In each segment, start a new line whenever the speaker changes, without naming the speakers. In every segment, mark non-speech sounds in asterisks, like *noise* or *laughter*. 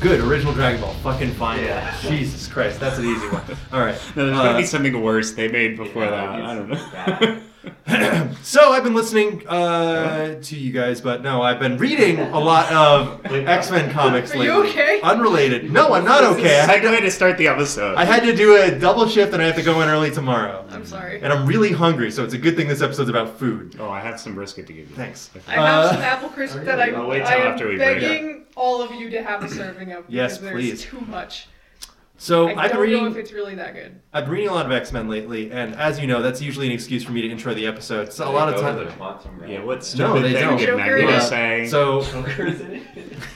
good. Original Dragon Ball. Fucking find
Yeah.
it. Jesus Christ, that's an easy
*laughs*
one. All right.
No, there's
Uh,
gotta be something worse they made before
Yeah,
that.
it's
I don't know.
bad.
*laughs*
So I've been listening uh, to you guys, but no, I've been reading a lot of X Men comics
Are
lately.
you okay?
Unrelated. No, I'm not okay. I had,
Second way to start the episode.
I had to do a double shift, and I have to go in early tomorrow.
I'm sorry.
And I'm really hungry, so it's a good thing this episode's about food.
oh, I have some brisket to give you.
Thanks.
I have
Uh,
some apple crisp
okay,
that I,
I'll
wait
I
till
am
after we break up.
begging all of you to have a serving of.
Yes,
because
please.
There's too much.
So
I
I've been
don't know if
reading.
it's really that good.
I've been reading a lot of X Men lately, and as you know, that's usually an excuse for me to intro the episode. So a lot of
Go to
times.
the quantum realm.
Yeah, what stupid
No, they
thing
don't.
did
Joker
Magneto
is-
say?
So
*laughs* Joker's in it?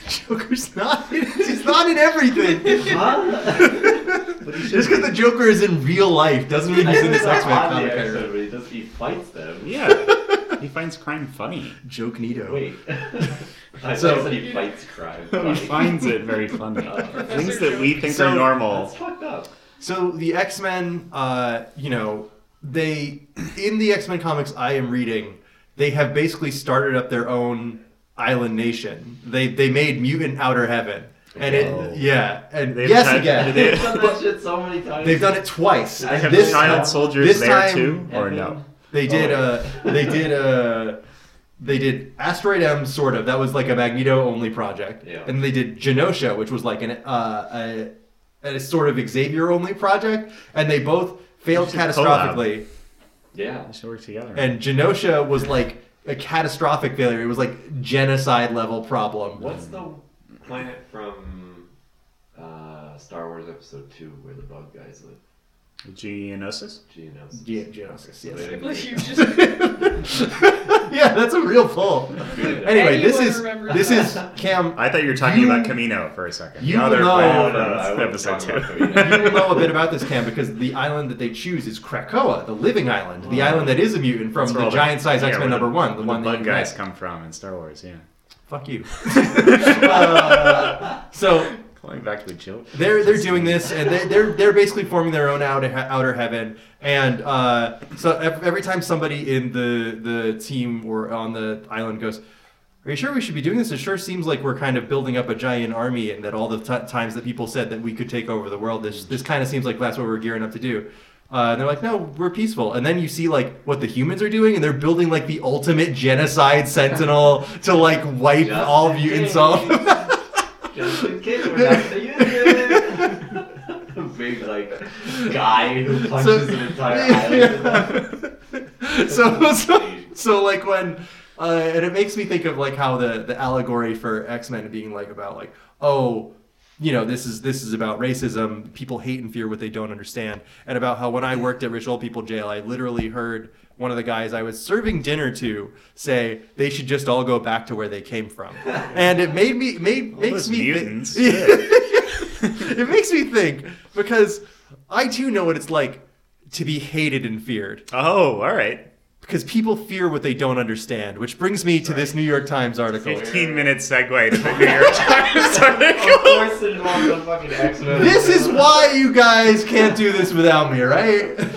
*laughs* Joker's not. He's not in
*laughs*
everything.
Huh? But
*laughs*
he
Just
should
because the
be.
Joker is in real life doesn't mean
I
he's in *laughs* this
think
X
it's
*laughs*
Men
on the
comic. I read.
episode, but he just he fights them.
*laughs*
yeah, he finds crime funny.
Joke Nito.
Wait. *laughs* I
So-
said he fights
*laughs*
crime.
he
*laughs*
finds it very funny.
Uh,
Things that we think
So-
are
That's
normal.
fucked up.
So the X Men, uh, you know, they in the X Men comics I am reading, they have basically started up their own island nation. They they made mutant outer heaven, and
Whoa.
it yeah, and
They've
yes
had-
again,
*laughs* they-
They've done that shit so many times.
they've done it twice.
They
They
And
have
this
child
time-
soldiers
this
there
time-
too, or
Evan.
no?
They did.
Oh.
Uh, they did. Uh, they did Asteroid M, sort of. That was like a Magneto only project.
Yeah.
And they did Genosha, which was like an uh, a, a sort of Xavier only project. And they both failed
should collab.
catastrophically.
Yeah.
They should work together.
And Genosha was like a catastrophic failure. It was like genocide level problem.
What's the planet from uh, Star Wars Episode 2 where the bug guys live?
Geonosis.
Geonosis.
Yeah, Genesis. Yes.
They-
Like, you
*laughs*
just-
*laughs* yeah, that's a real pull. Anyway, this
Anyone
is
remembers
this is
that?
Cam.
I thought you were talking
You-
about Camino for a second.
you
the other
know-
planet
Oh, No, no,
from
I wasn't
episode
talking
two.
about
*laughs* you will know a bit about this, Cam, because the island that they choose is Krakoa, the living island, the
Wow.
island that is a mutant from
That's where
the
all
giant size
yeah,
X
where
Men number one, the
where
one
the
that
bug
you
guys
met.
come from in Star Wars. Yeah,
Fuck you. *laughs* Uh, so
going back to the joke.
they're they're doing this, and they, they're they're basically forming their own outer he- outer heaven. And uh, so ev- every time somebody in the the team or on the island goes. Are you sure we should be doing this? It sure seems like we're kind of building up a giant army, and that all the t- times that people said that we could take over the world, this this kind of seems like that's what we're gearing up to do. Uh, and they're like, no, we're peaceful. And then you see like what the humans are doing, and they're building like the ultimate genocide sentinel to like wipe
Just
all
in
mutants
case.
off. *laughs*
Just in case we're not gonna use it. A big like guy who
*laughs*
punches an entire island.
so, so, so like when, uh, and it makes me think of like how the the allegory for X Men being like about like oh, you know this is this is about racism. People hate and fear what they don't understand, and about how when I worked at Rich Old People Jail, I literally heard one of the guys I was serving dinner to say they should just all go back to where they came
*laughs*
from, and it made me made
All
makes
those
me thi- *laughs*
mutants.
it makes me think because I too know what it's like to be hated and feared
Oh, all right.
because people fear what they don't understand, which brings me to this New York Times article.
Fifteen minute segue to the New York *laughs* Times article.
Of course, it was the fucking X-Men.
This is why you guys can't do this without me, right? *laughs*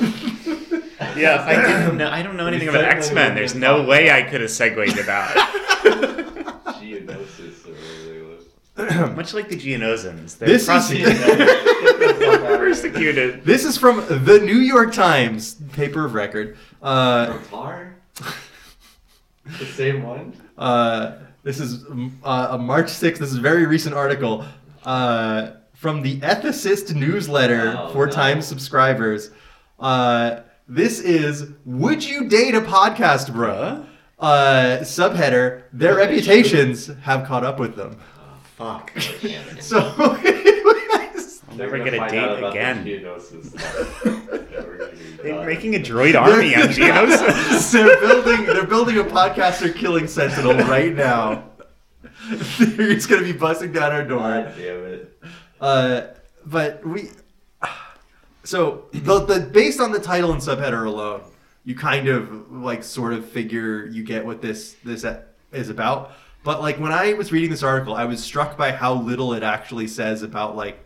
Yeah, if I *laughs* didn't know, I don't know anything about
Exactly
X Men.
what
There's
we're
no
talking
way I could have segued to *laughs* that.
Geonosis or whatever they live.
Much like the Geonosians, they're
This is-
prosecuted,
*laughs*
Geonosis.
persecuted.
this is from the New York Times, paper of record. Uh,
Tar? The same one?
uh, this is um, uh, a March 6th, this is a very recent article uh, from the Ethicist newsletter
Oh,
for
no.
Times subscribers. Uh, this is Would You Date a Podcast, Bruh? Uh, subheader Their reputations have caught up with them.
Oh,
Fuck.
*laughs* So
Never
*laughs*
They're
get
gonna
a
find
date
out about the
again.
Geonosis. Yeah, we're gonna be
They're
done.
making a droid army
*laughs*
on Geonosis.
they're building they're building a podcaster killing sentinel right now. *laughs* they're just gonna be busting down our door.
God damn it.
Uh, but we so the, the based on the title and subheader alone, you kind of like sort of figure you get what this this is about. But like when I was reading this article, I was struck by how little it actually says about like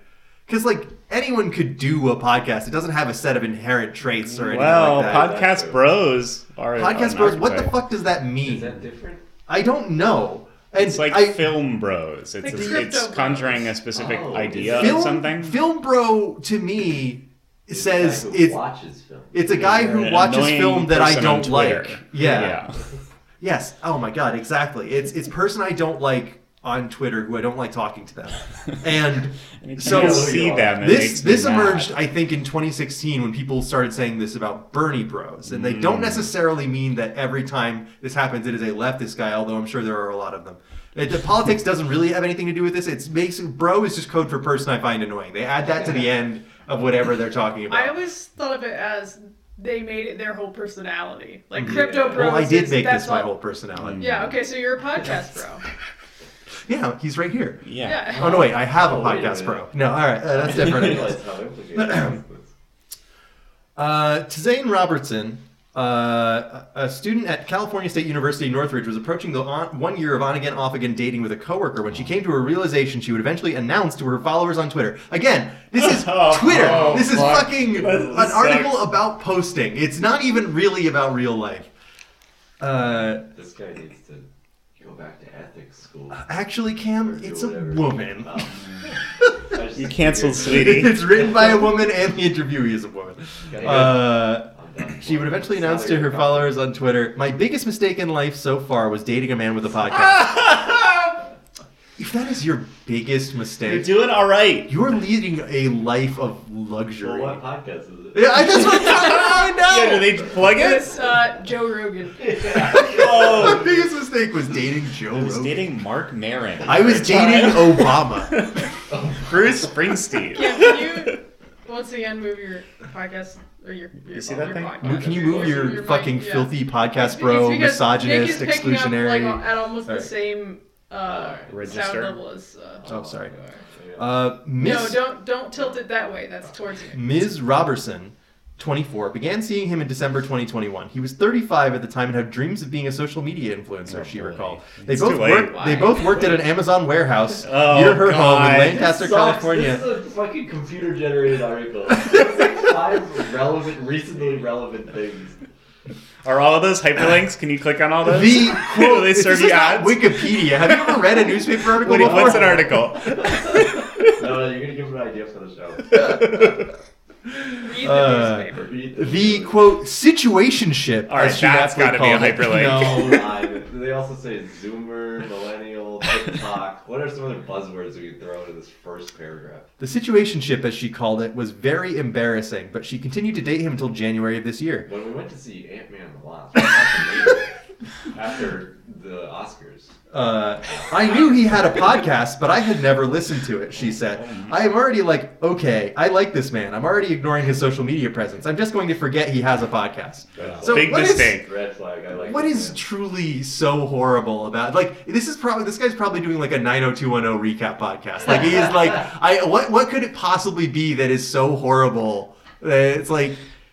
because like anyone could do a podcast. It doesn't have a set of inherent traits or anything
Well,
like that.
podcast bros are
podcast
are
bros, what the
not-
fuck does that
Is
mean?
that different?
I don't know. And
It's like
I,
film bros. It's
Like
it's,
crypto
it's conjuring a
bros.
specific
Oh.
idea
film,
or something.
Film bro to me
It's a guy
says
who
it's
watches film.
it's a guy
An
who watches
annoying
film that I
person on
don't
Twitter.
like. Yeah. *laughs*
yeah.
Yes. Oh my god. Exactly. It's it's person I don't like on Twitter who I don't like talking
*laughs*
to them, and
And
So-
so see them. It
this
makes me
this
mad.
emerged I think in 2016 when people started saying this about Bernie Bros, and they don't necessarily mean that every time this happens it is a leftist guy, although I'm sure there are a lot of them. It, the politics doesn't really have anything to do with this. It's makes bro is just code for person I find annoying. They add that to the end of whatever they're talking about.
I always thought of it as they made it their whole personality. Like
Mm-hmm.
Mhm.
crypto bros.
well, I did
is-
make
that's
this my
all-
whole personality.
Yeah. Okay. So you're a podcast bro.
Yeah, he's right here.
Yeah.
yeah.
Oh no, wait, I have a
Oh, wait a
podcast, bro.
minute.
No, all right, uh, that's
I
different.
realize how
*clears throat*
implicated it is.
Uh, Zane Robertson, uh, a student at California State University Northridge, was approaching the on- one year of on again, off again dating with a coworker when she came to a realization she would eventually announce to her followers on Twitter. Again, this is
*laughs* Oh,
Twitter.
oh,
this is
fuck.
fucking
This
an
sucks.
article about posting. It's not even really about real life. Uh,
This guy needs to go back to ethics school.
actually,
or
Cam,
do
Uh, um, it's a
whatever.
woman. *laughs*
Oh. I just
You canceled,
figured-
sweetie.
it's written
*laughs*
by a woman, and the interviewee is a woman.
Gotta go.
Uh,
I'm done.
*laughs* She would eventually
Sorry,
announce to her
I'm
followers on Twitter, "My biggest mistake in life so far was dating a man with a podcast."
*laughs*
if that is your biggest
You're
mistake,
doing all right.
you're leading a life of
Well,
luxury.
what podcast is it?
yeah, I- that's
*laughs*
what I
Yeah, do
know.
they plug it?
It's uh, Joe Rogan.
My *laughs*
*laughs*
Oh,
biggest mistake was dating Joe
I was
Rogan.
dating Mark Maron.
I was dating Obama.
*laughs* Bruce Springsteen.
Yeah, can you once again move your podcast or your, your
see that
your
thing?
podcast?
Can you move your,
mic,
fucking
yeah.
filthy
It's
podcast,
because
bro?
Nick is
Misogynist,
picking up,
exclusionary.
like, at almost
All right.
the same uh, sound
Register.
level as. Uh,
Oh, sorry.
Yeah.
uh, Miss Mm,
No, don't don't tilt it that way. That's towards you.
Ms. Robertson, 24, began seeing him in December 2021. He was 35 at the time and had dreams of being a social media influencer,
Oh,
she
boy.
recalled. They
It's
both
too late.
worked. They
Why?
both worked at an Amazon
*laughs*
warehouse
Oh,
near her home in
God.
Lancaster,
This sucks.
California.
This is a fucking computer generated article. It's like five relevant, recently relevant things.
Are all of those hyperlinks? Can you click on all those?
The
Do
quote.
*laughs* they
this
serve
is
you
not
ads?
Wikipedia. Have you ever
*laughs*
read a newspaper article
What do you-
before?
what's an article?
No, no, you're gonna give him an idea for
*laughs*
the show.
*laughs*
Read the
Uh,
newspaper.
Read
The quote situationship.
All right,
as she
that's
aptly
gotta be a
called it.
hyperlink.
No.
Live. *laughs* They also say Zoomer, Millennial, TikTok. What are some other buzzwords we can throw into this first paragraph?
The situationship, as she called it, was very embarrassing, but she continued to date him until January of this year.
When we went to see Ant Man and the Wasp what happened later? after the Oscars,
Uh, I knew he had a podcast, but I had never listened to it, she said. I am already like, okay, I like this man. I'm already ignoring his social media presence. I'm just going to forget he has a podcast. So
Big
what is-
mistake.
red flag. I like.
What
this
is
man.
truly so horrible about like this is probably this guy's probably doing like a 90210 recap podcast. Like he is like I what what could it possibly be that is so horrible? that It's like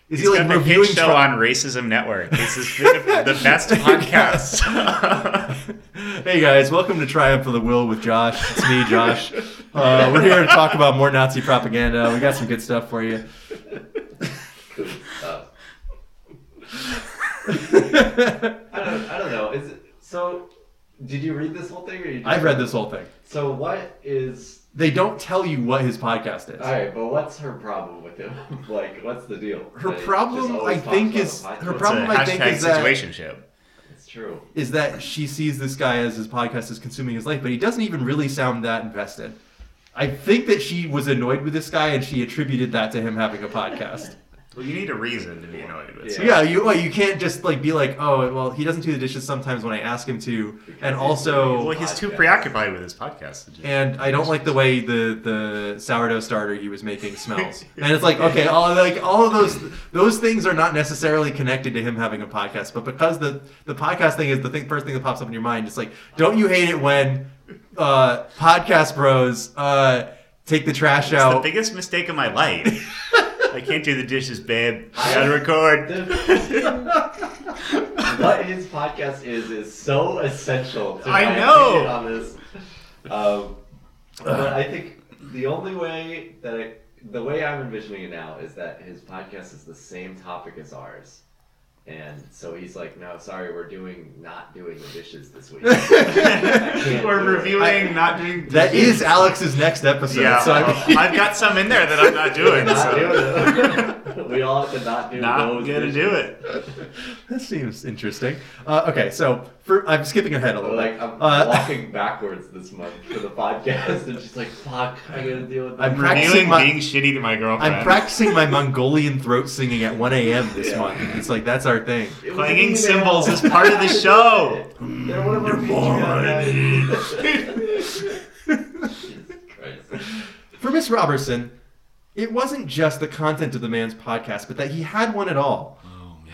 is
He's
he
got
like
the hit
reviewing
show
Trump-
on Racism Network. This is
*laughs*
the, the best podcast.
hey guys, welcome to Triumph of the Will with Josh. It's me, Josh. Uh, we're here to talk about more Nazi propaganda. We got some good stuff for you. *laughs*
Cool stuff. I don't, I don't know. Is it, so? Did you read this whole thing, or you? Just,
I've read this whole thing.
So what is?
They don't tell you what his podcast is.
All right, but what's her problem with him? *laughs* like, what's the deal?
Her
That he just
problem,
always
I
talks
think,
about
is-
a podcast?
her
It's
problem-
a
I think
hashtag
is that-
situationship.
It's true. *laughs*
Is that she sees this guy as his podcast is consuming his life, but he doesn't even really sound that invested. I think that she was annoyed with this guy and she attributed that to him having a podcast.
Well, you need a reason to be annoyed with.
Yeah.
Yeah.
Yeah, you well, you can't just like be like, oh, well, he doesn't do the dishes sometimes when I ask him to, and also
Well, he's too preoccupied with his podcast. to do-
and I don't like the way the the sourdough starter he was making
*laughs*
smells. And it's like, okay, all like all of those those things are not necessarily connected to him having a podcast, but because the the podcast thing is the thing first thing that pops up in your mind, it's like, don't you hate it when uh, podcast bros uh, take the trash
It's the
out?
biggest mistake of my life.
*laughs*
I can't do the dishes, babe. I gotta record. *laughs*
what his podcast is is so essential. To
I
my
know.
opinion on this. Um, but I think the only way that I, the way I'm envisioning it now is that his podcast is the same topic as ours, And so he's like, "No, sorry, we're doing not doing the dishes this
*laughs*
week." can't
We're
do it.
reviewing,
I-
not doing.
That is Alex's next episode.
Yeah,
So I mean,
I've got some in there that I'm not doing.
Not
so.
doing it. *laughs* we all have to not do
*laughs* not
those
gonna
dishes.
do it.
*laughs* that seems interesting. Uh, okay, so for, I'm skipping ahead a
We're
little
like,
bit.
I'm
Uh,
walking backwards this month for the podcast, and she's like, "Fuck, I gotta deal with
I'm
that."
practicing
Reviewing
my-
being shitty to my girlfriend.
*laughs* I'm practicing my Mongolian throat singing at 1 a.m. this
Yeah.
month. It's like that's our
*laughs*
thing.
It was an
Clanging
email.
cymbals is part
*laughs*
of the show.
They're one of our Patreon guys. Jesus Christ.
For Miss Robertson, it wasn't just the content of the man's podcast, but that he had one at all.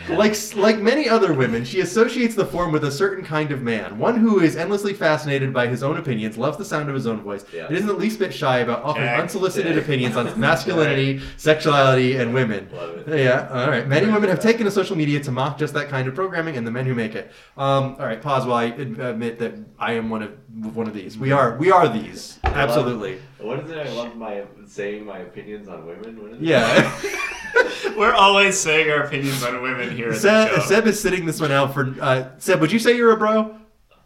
Like like many other women, she associates the form with a certain kind of man, one who is endlessly fascinated by his own opinions, loves the sound of his own voice,
Yeah.
and isn't the least bit shy about offering
Jack.
unsolicited
*laughs* Jack.
opinions on masculinity, sexuality, and women.
Love it.
Yeah, all right. Many women have taken to social media to mock just that kind of programming and the men who make it. Um, all right, pause while I ad- admit that I am one of one of these.
Mm-hmm.
We are we are these. Absolutely.
*laughs* What is it? I love my saying my opinions on women. What is it? *laughs*
Yeah.
We're always saying our opinions on women here at
Seb,
the show.
Seb is sitting this one out for. Uh, Seb, would you say you're a bro?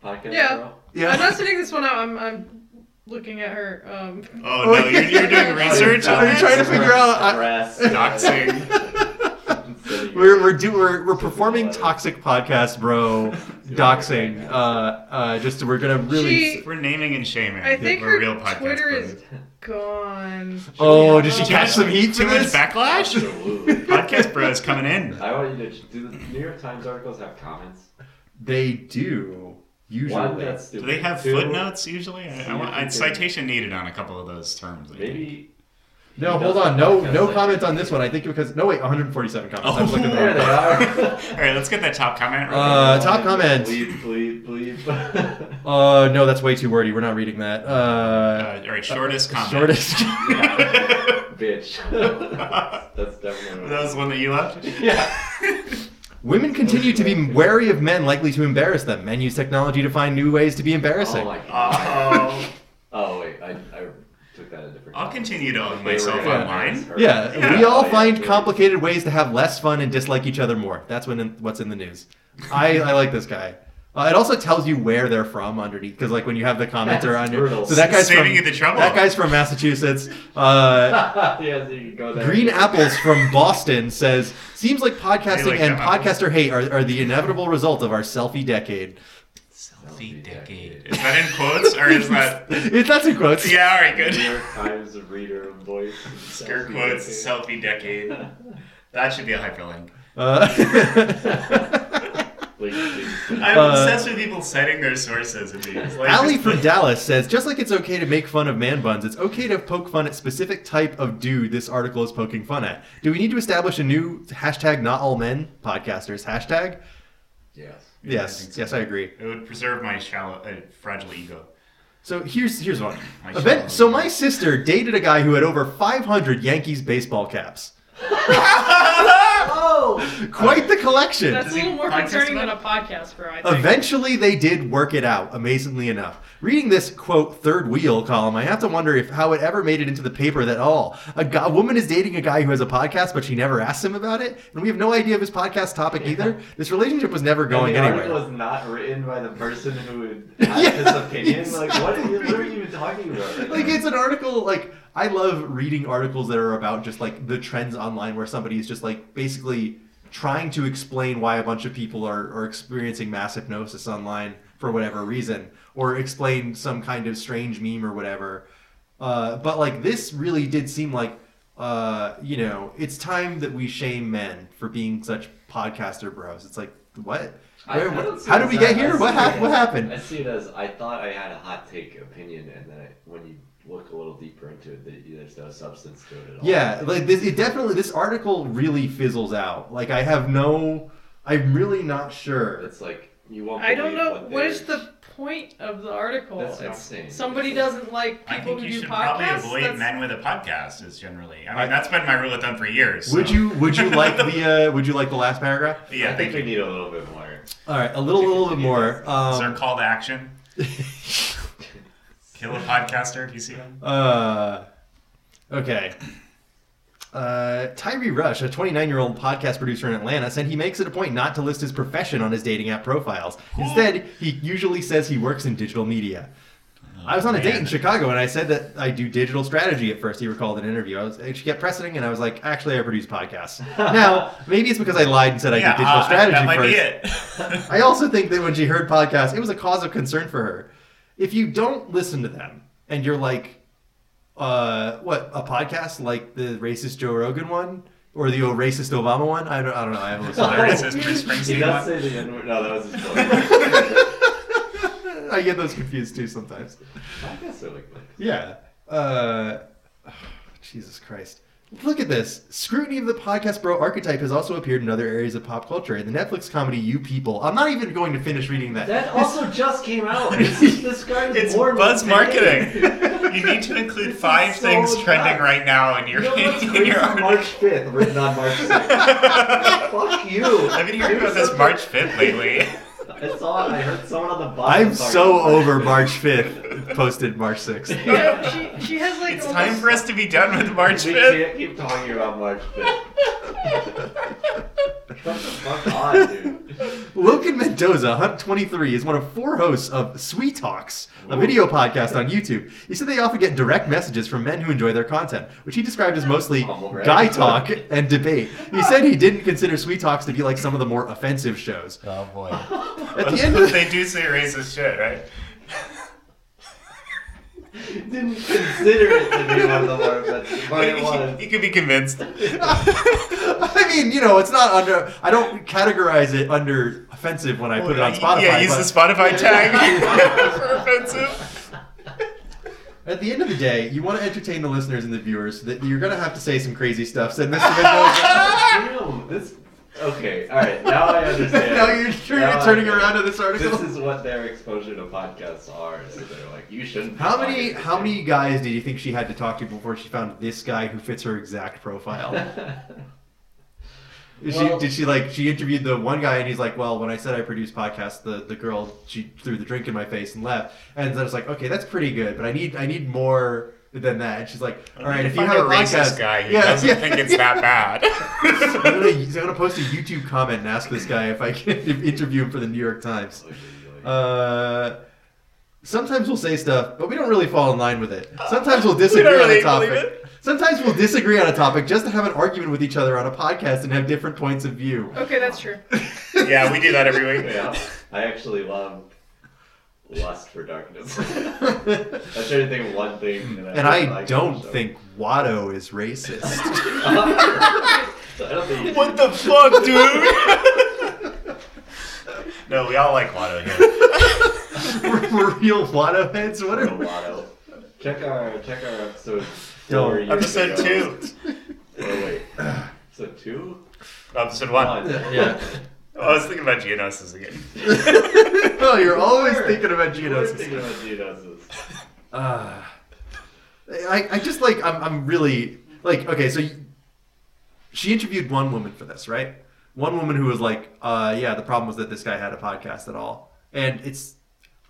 Podcast
Yeah.
girl?
I'm not sitting this one out. I'm, I'm looking at her. Um,
oh no, you're, you're doing research on
*laughs* Are you
this?
trying to figure out- I-
Breasts.
Doxing. we're we're, do, we're we're performing toxic podcast bro doxing. Uh, uh, just we're gonna really.
She-
We're naming and shaming.
I think
We're
her
real podcast
Twitter is-
bros.
gone.
oh, did she
Too
catch some heat to
Too much
this?
*laughs*
backlash?
Absolutely.
podcast bros coming in.
I want you to do the New York Times articles have comments.
They do
One,
usually.
that's stupid.
Do they have
Two,
footnotes usually? I, I, want- I, citation needed on a couple of those terms. I think.
Maybe.
No,
he
hold
does
on. No,
podcast
no
like-
comment on this one. I think because no wait, 147 comments. I was
*laughs*
looking at the
There
wrong
they
one.
are.
*laughs* All right, let's get that top comment.
Uh,
Right
top comment.
Bleep, bleep, bleep. *laughs*
Uh, no, that's way too wordy. We're not reading that.
there.
Uh,
uh, all right, shortest comment. *laughs*
shortest.
that *laughs*
Bitch. *laughs* That's definitely.
was the one that
*laughs*
you left. *laughs*
yeah.
Women continue to be wary of men likely to embarrass them. Men use technology to find new ways to be embarrassing.
Oh my god.
Oh,
Oh wait, I, I took that a different.
I'll continue to own
They
myself
were-
online.
yeah,
Yeah.
we all
Oh, yeah,
find
yeah.
complicated ways to have less fun and dislike each other more. That's when what's in the news. I, I like this guy. Uh, it also tells you where they're from underneath, because like when you have the commenter
That's
on your
brutal.
so that guy's
Saving
from
you the trouble.
that guy's from Massachusetts. Uh,
*laughs* yeah, so you can go there.
Green Apples from Boston says, "Seems like podcasting
They like
and
them apples.
podcaster hate are, are the inevitable result of our selfie decade."
Selfie decade. Is that in quotes or
*laughs*
is *laughs* that?
It's that's in quotes.
Yeah, all right,
*laughs* New
good.
York Times reader voice.
Scare quotes, selfie decade. That should be a hyperlink.
*laughs* Uh,
Please, please.
I'm
Uh,
obsessed with people citing their sources and these. Like,
Allie
just-
from Dallas says, just like it's okay to make fun of man buns, it's okay to poke fun at specific type of dude this article is poking fun at. Do we need to establish a new hashtag not all men podcasters hashtag?
*laughs* Yes.
Yes,
think so.
yes, I agree.
It would preserve my shallow, uh, fragile ego.
So here's here's one.
My
Event-
shallow
so
ego.
my sister dated a guy who had over 500 Yankees baseball caps.
Oh.
Quite the collection.
That's
Does
a
he
little more
podcast
concerning
about
than a podcast bro. I think.
Eventually, they did work it out, amazingly enough. Reading this quote third wheel column, I have to wonder if how it ever made it into the paper at all. A, gu- a woman is dating a guy who has a podcast, but she never asks him about it, and we have no idea of his podcast topic
*laughs*
either. This relationship was never going
and the
anywhere.
article was not written by the person who would
*laughs* Yeah,
have this opinion. Like, what are, you,
exactly.
what are you even talking about? right
like
now?
it's an article like i love reading articles that are about just like the trends online where somebody is just like basically trying to explain why a bunch of people are, are experiencing mass hypnosis online for whatever reason or explain some kind of strange meme or whatever uh, but like this really did seem like uh, you know it's time that we shame men for being such podcaster bros it's like what
I-
Where-
I don't see
how
it
did we
as
get
that.
here
I
what,
see
hap-
it-
what happened
I see it as I thought I had a hot take opinion, and then I, when you look a little deeper into it, that there's no substance to it at all.
Yeah, like this, it definitely this article really fizzles out. Like I have no, I'm really not sure.
It's like you won't.
I don't
believe
know. What
they're-
is the point of the article?
That's what I'm
It's-
saying.
Somebody doesn't like
I
people
think
who
you
do
should probably
podcasts.
avoid
That's-
men with a podcast. Is generally, I
I-
mean, that's been my rule of thumb for years.
Would
so-
you would
*laughs*
you like the uh, would you like the last paragraph?
Yeah,
I think
thank
we
you.
need a little bit more.
All right, a little little bit more.
Is there a
Um,
call to action?
*laughs*
Kill a podcaster if you see one.
uh, okay. Uh, Tyree Rush, a 29 year old podcast producer in Atlanta, said he makes it a point not to list his profession on his dating app profiles. Instead, he usually says he works in digital media. I was on a
Oh, man.
date in Chicago and I said that I do digital strategy at first. He recalled an interview. I was, and she kept pressing, and I was like, actually, I produce
*laughs*
podcasts. now, maybe it's because I lied and said I
yeah,
do digital
uh,
strategy
that might
first.
be it. *laughs*
I also think that when she heard podcasts, it was a cause of concern for her. If you don't listen to them and you're like, uh, what a podcast like the racist Joe Rogan one or the oh, racist Obama one? I don't, I don't know. I haven't
*laughs*
listened.
There it
To
is, Bruce
Did
Springsteen.
that
one.
say the N word? No, that was his
*laughs*
story.
that. *laughs* I get those confused too sometimes.
I guess they're like that.
Yeah. Uh, *sighs* Jesus Christ. Look at this. Scrutiny of the podcast bro archetype has also appeared in other areas of pop culture. In the Netflix comedy You People, I'm not even going to finish reading that.
That also just came out. This, is- this guy was
It's
born
buzz
today.
marketing. You need to include
This is
five
so
things
bad.
trending right now in
*laughs* You
your
know what's
in
crazy?
your article.
March 5th, written on March
*laughs*
6th. Fuck you.
I've been hearing about this March 5th lately.
I saw. I heard someone on the bus.
I'm
was
so
arguing.
over March 5th, posted March 6th.
*laughs* Yeah, she, she has
*laughs*
like
It's
almost-
time for us to be done with March
oh, We
5th.
can't keep talking about March 5th. Come the fuck on, dude.
Logan Mendoza, Hunt 23, is one of four hosts of Sweet Talks, a video podcast on YouTube. He said they often get direct messages from men who enjoy their content, which he described as mostly
Humble brag.
guy talk and debate. He said he didn't consider Sweet Talks to be like some of the more offensive shows.
Oh
*laughs*
boy.
At the end of the *laughs*
they do say racist shit, right?
Didn't consider it to be one of the more offensive, but it was.
You, you could be convinced.
I mean, you know, it's not under. I don't categorize it under offensive when I put it on Spotify.
Yeah, use
but-
the
*laughs*
Spotify tag *laughs* for offensive.
At the end of the day, you want to entertain the listeners and the viewers. That you're going to have to say some crazy stuff. Said Mr. *laughs* Mendoza.
Damn, this. Okay, all right. Now I
*laughs*
understand.
now you're turning,
Now I
turning
get it.
around to this article.
This is what their exposure to podcasts are. So they're like, you shouldn't. be
how many
talking to
how
me.
many guys did you think she had to talk to before she found this guy who fits her exact *laughs* profile?
*laughs*
Is
Well-
she, did she like she interviewed the one guy and he's like, well, when I said I produce podcasts, the, the girl she threw the drink in my face and left. And then it's like, okay, that's pretty good, but I need I need more than that. And she's like, all right, if you
Find
have
a racist
podcast-
guy who
Yeah,
doesn't
yeah,
think it's
yeah.
that
I'm
bad. *laughs*
gonna, I'm gonna post a YouTube comment and ask this guy if I can *laughs* interview him for the New York
Oh,
Times. Uh, sometimes we'll say stuff, but we don't really fall in line with it.
Uh,
Sometimes
*laughs*
we'll disagree on
really
a
believe
topic.
it.
Sometimes we'll disagree on a topic just to have an argument with each other on a podcast and have different points of
*laughs*
view.
Okay, that's true.
yeah, we do that every week.
Yeah, I actually love Lust for Darkness. *laughs* I tried to think of one thing, that
And I
like
don't
so-
think Watto is racist. *laughs*
I don't think you
*laughs* What the fuck, dude? no, we all like Watto here.
we're, we're real Watto heads. What
do a
are we?
lot of- Check our check our episode.
Don't.
four years
Episode
ago.
two.
Oh wait, episode two.
Episode one.
One.
Uh, Yeah. *laughs*
Oh, I was thinking about Geonosis again.
oh, you're always
Sure.
thinking about
You were
Geonosis.
thinking about Geonosis.
Uh, I, I just like I'm, I'm really like okay so you- she interviewed one woman for this right one woman who was like uh yeah the problem was that this guy had a podcast at all and it's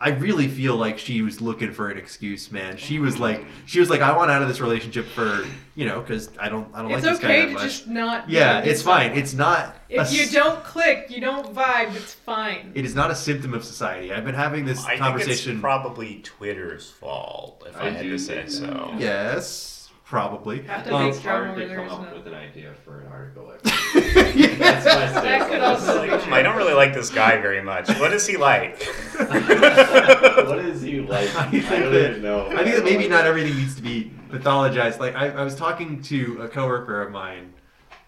i really feel like she was looking for an excuse man she was like she was like i want out of this relationship for you know because i don't i don't
It's
like this guy
okay
that
to
much
just not.
yeah
do it.
it's fine it's not a
If you
s-
don't click, you don't vibe. It's fine.
it is not a symptom of society i've been having this
I think
conversation
it's probably Twitter's fault, if I,
I
had
do
to say
think
so.
that.
yes probably
Have to
Um,
make
It's hard
Trauma
to come
Wheelers
up
now.
with an idea for an article.
*laughs*
Like
yeah.
That's
*laughs*
my statement.
That could
It's
also
like, hmm, I don't really like this guy very much. What is he like?
*laughs*
what is he like?
I
I,
think
don't
that-
even know.
I think that maybe not everything needs to be mythologized. Like I, I was talking to a coworker of mine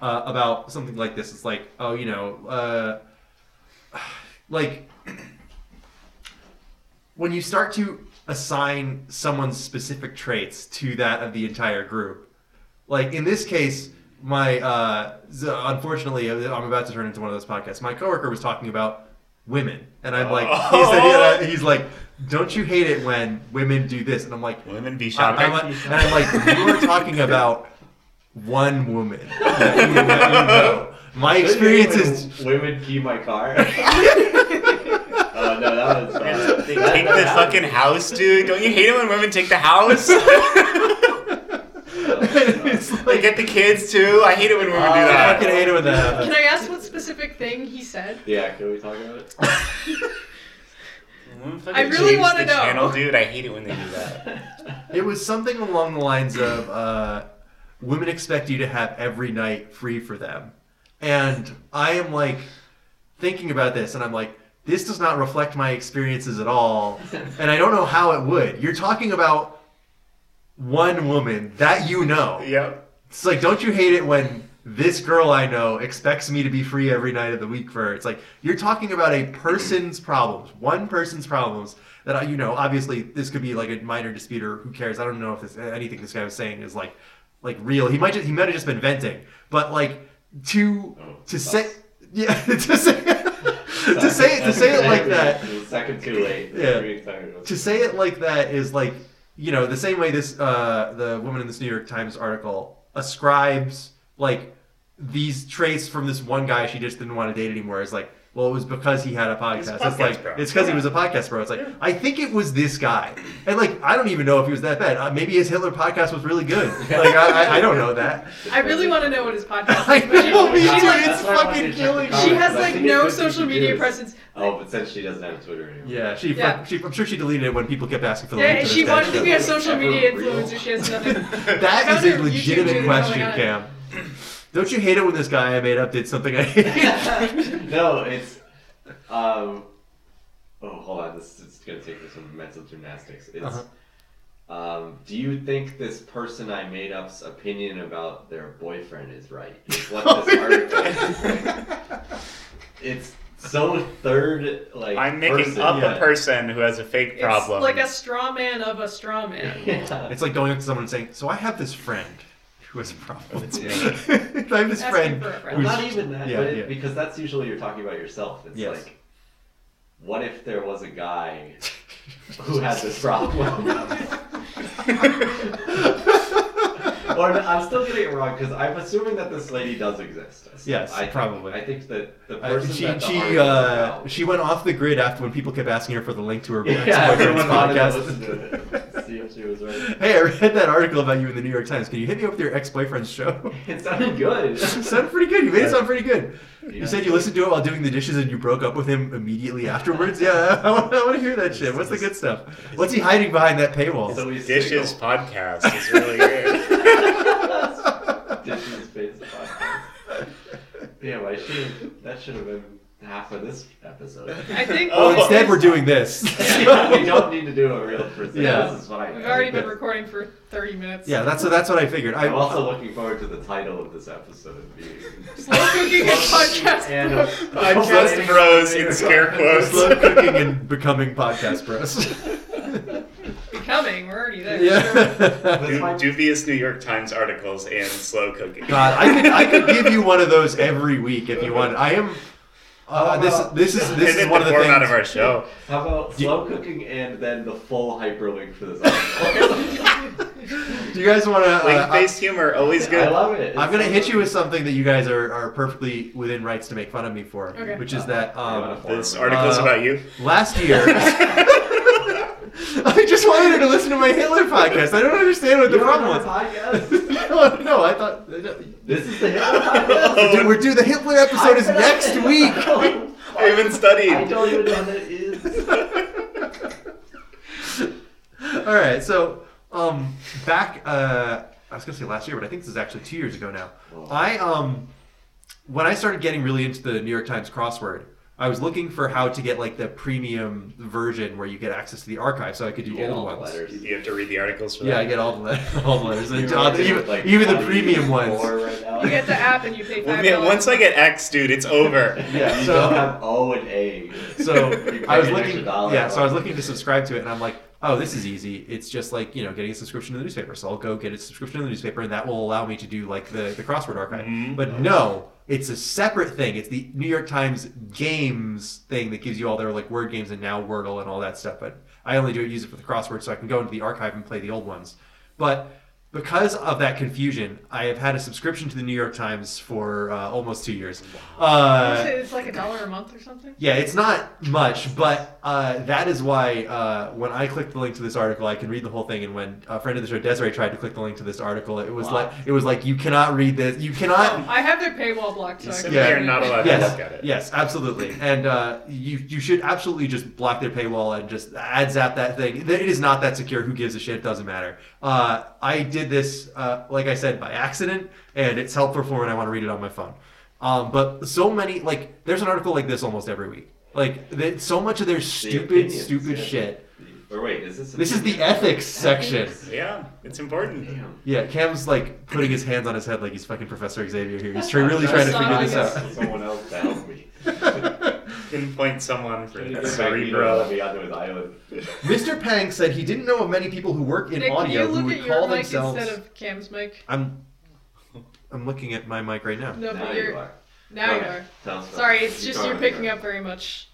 uh, about something like this. It's like, oh, you know, uh, *sighs* like when you start to assign someone's specific traits to that of the entire group, like in this case, my uh, z- unfortunately, I'm about to turn into one of those podcasts. My coworker was talking about women, and I'm like, he said, *laughs* he's like, don't you hate it when women do this? And I'm like,
Women be
I'm-
shopping.
I'm like- and I'm like, you were talking about one woman. that you- that you know. My experience is
Women key my car. Oh no, that was. Uh,
They
that-
take the
that-
*laughs*
fucking house, dude. Don't you hate it when women take the house?
that was, uh,
*laughs* It's
Like, to get the kids too. I hate it when women do
Oh,
I
that.
fucking hate it when that
Can
happens.
I ask what specific thing he said?
Yeah, can we talk about it?
I really
Change
wanna
the
know.
Channel, dude. I hate it when they do that.
*laughs* It was something along the lines of uh, women expect you to have every night free for them. And I am like thinking about this and I'm like, this does not reflect my experiences at all. And I don't know how it would. You're talking about one woman that you know.
Yep.
It's like, don't you hate it when this girl I know expects me to be free every night of the week for her? It's like, you're talking about a person's problems, one person's problems that, I- you know, obviously this could be like a minor dispute or who cares. I don't know if this, anything this guy was saying is like, like real. He might just, he might have just been venting, but like to,
Oh,
to
sucks.
say, yeah, *laughs* to say, *laughs* to say it, to say it like
*laughs*
that
It was a second too late.
Yeah.
Three seconds.
to say it like that is like you know the same way this uh, the woman in this New York Times article ascribes like these traits from this one guy she just didn't want to date anymore. It's like well it was because he had a podcast.
He's a
it's
podcast
like
bro.
it's because he was a podcast bro. It's like I think it was this guy, and like I don't even know if he was that bad. Uh, maybe his Hitler podcast was really good. Like I, I, I don't know that.
I really want to know what his podcast
I
is. but she-
know, *laughs* me
she,
too.
like,
It's
That's why I wanted
fucking
to check the
killing me.
comments,
she has
but I
like
think it
no
was
social
confused.
media presence.
Oh, but since she doesn't have Twitter anymore.
Yeah, she,
*laughs* Yeah.
she. I'm sure she deleted it when people kept asking for the. link
Yeah,
to
she
this guy.
wanted to be a social
Ever
media
real.
influencer. She has nothing.
That is
Found her
a
YouTube Oh
legitimate
channel,
question,
yeah.
Cam. Don't you hate it when this guy I made up did something
*laughs*
I hate?
*laughs* no, it's um. Oh, hold on. This is gonna take me some mental gymnastics. It's.
Uh-huh.
Um, do you think this person I made up's opinion about their boyfriend is right? Is
*laughs*
what this article is saying. It's so third like.
I'm making
person,
up
yeah.
a person who has a fake
It's
problem.
like a straw man of a straw man.
*laughs* Yeah.
it's like going up to someone and saying, "So I have this friend who has a problem."
It's
*laughs* I
me.
have this
Asking
friend.
for a friend.
who's-
not
*laughs*
even that,
yeah,
but it,
yeah.
because that's usually you're talking about yourself. It's
Yes.
like, what if there was a guy who had
*laughs*
this problem? or I'm still getting it wrong because I'm assuming that this lady does exist. I still-
Yes,
I think-
probably.
I think that the
Uh,
person
she
that the
she
article is
uh,
about-
she went off the grid after when people kept asking her for the link to her
*laughs* yeah,
ex-boyfriend's
everyone wanted to listen
podcast.
to it. See if she was right.
*laughs* Hey, I read that article about you in the New York Times. Can you hit me up with your ex-boyfriend's show?
It
*laughs*
sounded good.
it sounded pretty good. You made it sound pretty good.
Yeah.
You said you listened to it while doing the dishes and you broke up with him immediately afterwards. Yeah, *laughs* I want, I want to hear that shit. What's the good stuff? What's he hiding behind that paywall? *laughs*
So he's
Dishes
single.
podcast is
*laughs*
really good.
Dishes based podcast. Yeah, I should that should have been half of this episode.
I think *laughs*
Well,
Oh,
we've-
instead we're doing this.
yeah, *laughs* we don't need to do a real person.
Yeah.
This is what I
We've already been recording for 30
*laughs*
minutes.
Yeah, that's that's what I figured. I,
I'm also looking forward to the title of this episode being
*laughs*
Slow cooking and podcast.
And a-
Podcast bros in scare quotes.
slow cooking
*laughs*
and becoming podcast bros.
Becoming, we're already there.
*laughs* yeah.
This
Du-
might-
dubious New York Times articles and slow cooking.
God, I could I could give you one of those every week if you want. I am. Uh, this this is this
Isn't
is one of
the
the
format
things.
of our show.
How about slow cooking and then the full hyperlink for *laughs* this episode?
Do you guys uh, want to?
Link-based humor, always
I
good.
love it.
I'm gonna
It's so
hit you
good.
with something that you guys are, are perfectly within rights to make fun of me for,
Okay.
which is that
I'm gonna
um,
form
this
it.
article's
Uh,
about you.
*laughs*
last year. *laughs* I just wanted her to listen to my Hitler podcast. I don't understand what
*laughs* You
the
don't
problem was.
have a
*laughs*
podcast?
no, no, I thought.
This is the
*laughs*
Hitler podcast.
Dude, we're due. The Hitler episode is next
*laughs*
week.
I even studied.
I don't even know what
*laughs*
that is.
All right, so um, back uh, I was gonna say last year, but I think this is actually two years ago now.
Wow.
I um, when I started getting really into the New York Times crossword, I was looking for how to get like the premium version where you get access to the archive, so I could do
Get
old
all the
ones.
letters.
You have to read the articles for
Yeah,
that.
I get all the letters. All the
*laughs*
letters.
You're
Uh,
doing,
even
like,
even the
20
premium ones.
more right now.
You get the
*laughs*
app and you pay
Well,
five
man,
dollars.
once I get X, dude, it's over.
Yeah,
you
so-
don't have O and A.
So
You
I was
pay an
looking.
extra dollar.
Yeah, so I was looking to subscribe to it, and I'm like, oh, this is easy. It's just like you know getting a subscription to the newspaper. So I'll go get a subscription to the newspaper, and that will allow me to do like the the crossword archive.
Mm-hmm.
Mhm.
But no, it's a separate thing. It's the New York Times games thing that gives you all their like word games and now Wordle and all that stuff. But I only do it use it for the crossword, so I can go into the archive and play the old ones. But Because of that confusion, I have had a subscription to the New York Times for uh, almost two years. Uh,
it's like a dollar a month or something.
yeah, it's not much, but uh, that is why uh, when I clicked the link to this article, I can read the whole thing. And when a friend of the show, Desiree, tried to click the link to this article, it was
Wow.
like it was like you cannot read this. You cannot.
I have their paywall blocked, so I can
Yeah.
You're
*laughs*
not
Uh,
allowed to
Yes,
look at it.
yes, absolutely. And uh, you you should absolutely just block their paywall and just ad zap that thing. It is not that secure. Who gives a shit? Doesn't matter. Uh, I did this, uh, like I said, by accident, and it's helpful for when I want to read it on my phone. Um, but so many, like, there's an article like this almost every week. Like, th- so much of their stupid,
opinions,
stupid
yeah.
shit.
Or wait, is this?
This is the ethics section.
Yeah, it's important.
Damn.
Yeah, Cam's like putting his hands on his head like he's fucking Professor Xavier here.
*laughs*
He's tr- really trying to figure this out.
Someone else to
*laughs*
help me.
Pinpoint someone for
Get back
cerebral.
to you, I'll be out there with Island.
*laughs*
Mr. Pang said he didn't know of many people who work in
Nick, can
audio
you
who
look
would
at
call
your mic
themselves.
instead of Cam's mic?
I'm I'm looking at my mic right now.
No,
Now
but
you
you're
are.
now you
Okay,
are.
sounds fine.
Sorry, it's
Keep
just you're
going.
picking up very much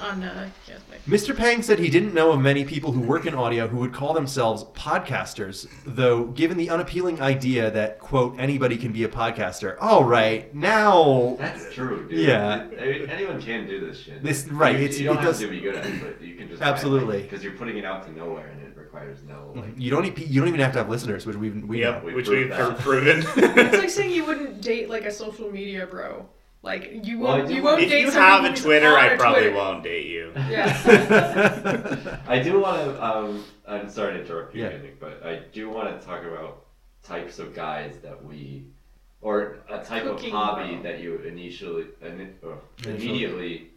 on uh, Cam's
*laughs*
mic.
Mr. Pang said he didn't know of many people who work in audio who would call themselves podcasters, though given the unappealing idea that quote anybody can be a podcaster. All right, now
That's true, dude.
Yeah.
I mean, anyone can do this shit.
This- right,
You,
it's-
you don't
it
have
does-
to be good at it, but you can just
Absolutely. Mm-hmm.
because you're putting it out to nowhere and it requires no like.
you don't need, you don't even have to have listeners, which we've we *laughs*
Yep,
know.
we
which
proved
we've
that.
proven.
It's like saying you wouldn't date like a social media bro. Like you
Well, I
won't.
do
you
want-
won't
if
date
you
somebody
have a
who's
Twitter,
on
I
a
probably
Twitter.
won't date you.
*laughs* Yeah.
*laughs*
I do want to. Um, I'm sorry to interrupt you,
Yeah.
Nick, but I do want to talk about types of guys that we, or a type of
Cooking
hobby
bro.
that you initially, ini- or
Initially.
immediately,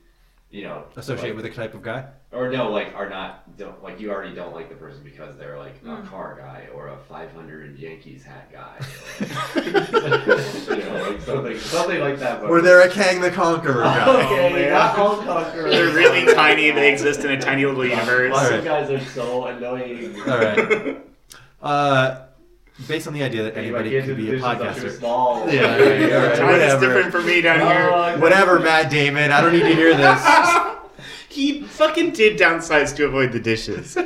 you know,
Associate
like-
with a type of guy.
or no, like are not don't like you already don't like the person because they're like a
Mm.
car guy or a 500 Yankees hat guy,
*laughs*
or, you know, like something something like that. but-
Were there
*laughs*
a *laughs* Kang the Conqueror guy? *laughs*
Oh,
Okay,
man.
not all conquerors.
They're really tiny. They exist in a tiny little universe.
Lots
Alright.
of guys are so annoying.
All
*laughs*
right.
*laughs*
Uh, based on the idea that anybody could be a
Too
podcaster.
small.
Yeah, all right, all right, whatever.
Time
Uh,
is different for me down here.
Oh,
Whatever, Matt Damon. I don't need to hear this.
he fucking did downsize to avoid
*laughs*
the dishes.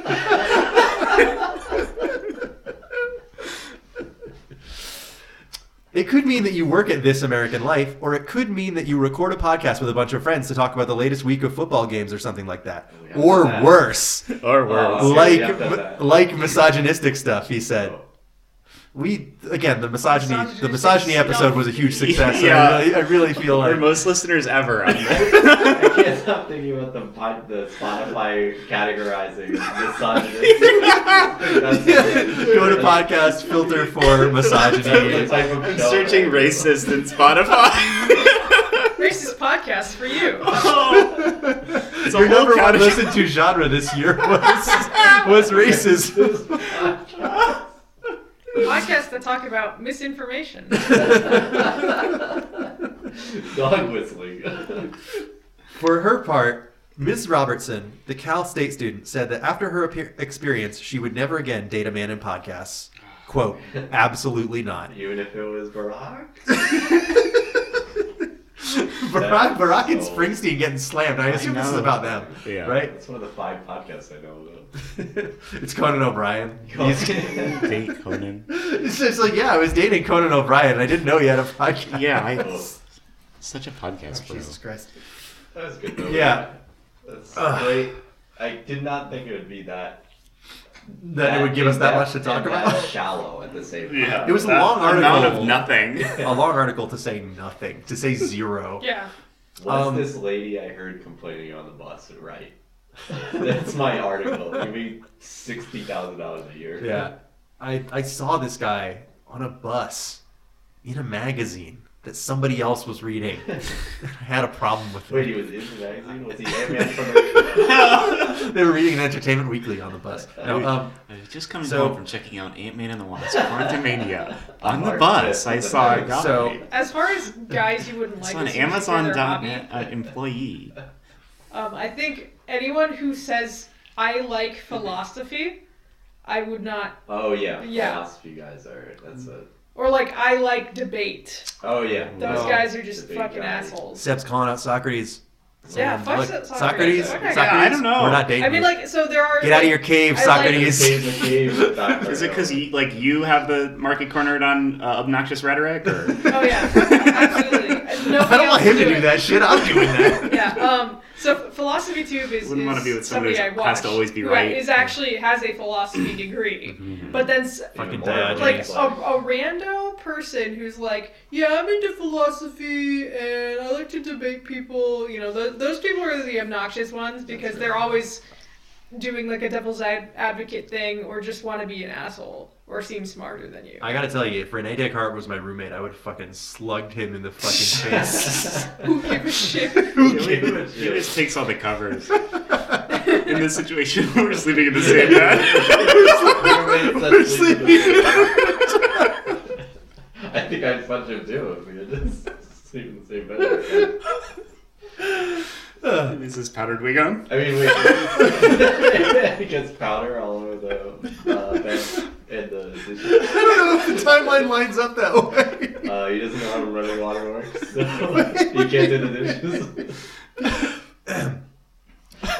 It could mean that you work at This American Life, or it could mean that you record a podcast with a bunch of friends to talk about the latest week of football games or something like that.
Oh, yeah.
Or
Yeah.
worse,
Or worse.
Oh,
like
yeah, yeah.
like misogynistic stuff. He said,
Oh.
"We again the misogyny the
Misogynistic
misogyny episode
stuff.
was a
*laughs*
huge success.
Yeah.
I, really, I really feel
We're
like
most listeners
*laughs*
ever on there.
I can't stop thinking about the, pod, the Spotify categorizing
*laughs*
misogynist.
*laughs* go to podcast filter
*laughs*
for *laughs*
That's the
misogyny.
type of
I'm
show
searching
that I-
racist in
*laughs*
Spotify.
Racist podcast
*laughs*
for you.
Oh.
*laughs*
It's a
Your
whole
number one
category.
listened to genre this year was was racism.
Podcasts that talk about
*laughs*
misinformation. *laughs*
Dog whistling.
*laughs*
*laughs*
For her part, Ms. Robertson, the Cal State student, said that after her appear- experience, she would never again date a man in podcasts. Quote, absolutely
*laughs*
not.
Even if it was Barack.
Barack, Barack and Springsteen getting slammed. I assume this is
know.
about them,
Yeah.
right?
That's one of the five podcasts I know of.
*laughs* it's Conan O'Brien. *laughs* He's,
Date Conan.
it's just like, yeah, I was dating Conan O'Brien. I didn't know he had a podcast.
Yeah, I,
Oh,
such a podcast
*laughs*
bro.
Oh, Jesus Christ.
that was good though.
Yeah.
That's
Ugh.
great. I did not think it would be that.
That it would give us that much to talk
and That
about. *laughs*
shallow at the same time.
Yeah,
It was a
that
long
Amount
article.
of nothing.
A long article to say nothing, to say
*laughs*
zero.
Yeah.
What's
Um,
this lady I heard complaining on the bus? Right. *laughs* That's my article. Give me sixty thousand dollars a year.
Yeah. I, I saw this guy on a bus in a magazine that somebody else was reading.
*laughs*
I had a problem with *laughs*
Wait,
it.
he was in the magazine. Was he
*laughs*
Ant-Man from the?
They were reading Entertainment Weekly on the
*laughs*
bus. No, um,
I was just coming
So-
home from checking out Ant Man and the
*laughs*
Wasp: Quantumania on the
Mark,
bus.
this
I
is
saw a
amazing.
guy.
So-
As far as guys you wouldn't
it's
like,
on
as soon as you hear their hobby,
Amazon.net uh, employee.
Um, I think anyone who says I like philosophy, I would not,
Oh yeah.
Yeah. Mm.
Philosophy guys are. That's a.
or like I like debate.
Oh yeah.
Those
No.
guys are just
Oh, Debate
fucking
guys.
assholes.
Seb's calling out Socrates.
Yeah,
And
fuck
look,
Socrates.
Socrates.
Fuck
Socrates.
that guy.
I don't know.
We're not dating.
I mean,
you.
like, so there are.
get out of your cave,
I like-
Socrates.
Save
*laughs*
the cave with Dr.
Is it because like you have the market cornered on uh, obnoxious rhetoric?
*laughs*
Or?
*laughs* Oh yeah, absolutely. Nobody
I don't want
else
him to
do
do
it.
that shit. I'm doing *laughs* that.
yeah. Um, so philosophy tube is
Wouldn't
is
wanna be with somebody
somebody I
who has
watched
to always be
who
right.
Is actually has a philosophy degree, but then s-
Fucking
like
Diogenes.
a, a rando person who's like, yeah, I'm into philosophy and I like to debate people. You know, th- those people are the obnoxious ones because they're always doing like a devil's ad- advocate thing or just want to be an asshole or seem smarter
*laughs*
than you.
I gotta tell you, if Rene Descartes was my roommate, I would fucking slugged him in the fucking *laughs* face.
Who gives a shit?
Who
Yeah,
cares?
we do it,
He
yeah.
just takes all the covers.
*laughs*
In this situation, *laughs* we're sleeping in the same bed.
We're sleeping.
I think I'd punch him too if we were just sleeping in the same bed.
Uh,
is *laughs* this powdered wig on?
I *laughs* mean, wait, he gets powder all over the uh, bed and the
I
dishes.
don't know if the timeline lines up that way.
Uh, he doesn't know how running water works, so *laughs* he can't do the dishes.
*laughs*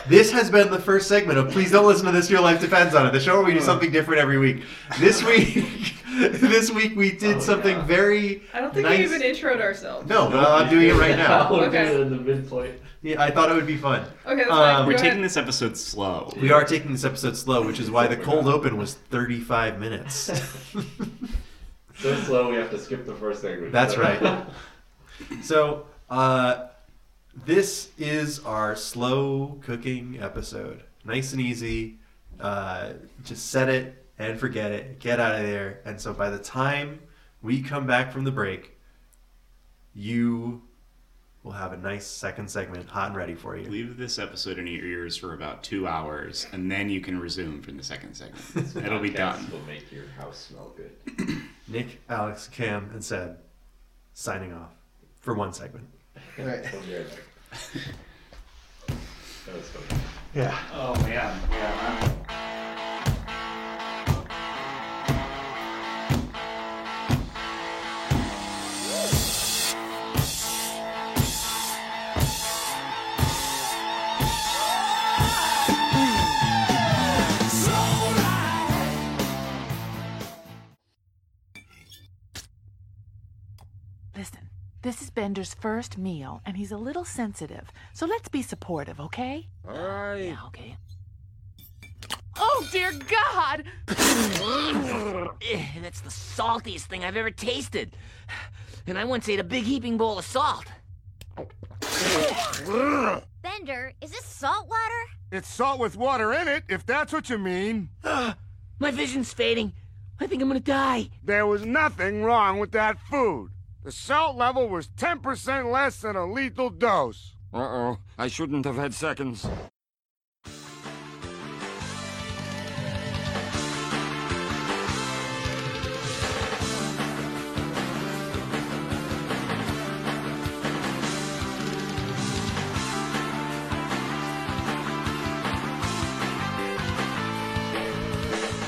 This has been the first segment of Please Don't Listen to This, Your Life Depends on It, the show where we do something different every week. This week, *laughs* this week we did
Oh,
something
yeah.
very.
I don't think
nice-
we even introed ourselves.
No, well, I'm doing it
*laughs*
right now.
I'll
*laughs* Okay.
do it in the midpoint.
Yeah, I thought it would be fun.
Okay, that's
Um,
fine.
We're
Go
taking
ahead.
this episode slow.
We are taking this episode slow, which is why the cold open was 35 minutes. *laughs*
So slow, we have to skip the first segment.
That's
*laughs*
right. so, uh, this is our slow cooking episode. Nice and easy. Uh, just set it and forget it. Get out of there. And so, by the time we come back from the break, you will have a nice second segment hot and ready for
*laughs*
you.
Leave this episode in your ears for about two hours, and then you can resume from the second
*laughs*
segment. It'll be done.
Podcasts Will make your house smell good.
Nick, Alex, Cam, and Seb signing off for one segment.
We'll be right back.
*laughs*
That was fun.
Yeah.
Oh man, yeah.
Listen, this is Bender's first meal, and he's a little sensitive, so let's be supportive, okay? All right. Yeah, okay. Oh, dear God!
Eh, That's the saltiest thing I've ever tasted. And I once ate a big heaping bowl of salt.
Bender, is this salt water?
It's salt with water in it, if that's what you mean.
My vision's fading. I think I'm gonna die.
There was nothing wrong with that food. The salt level was 10% less than a lethal dose. Uh oh, I shouldn't have had seconds.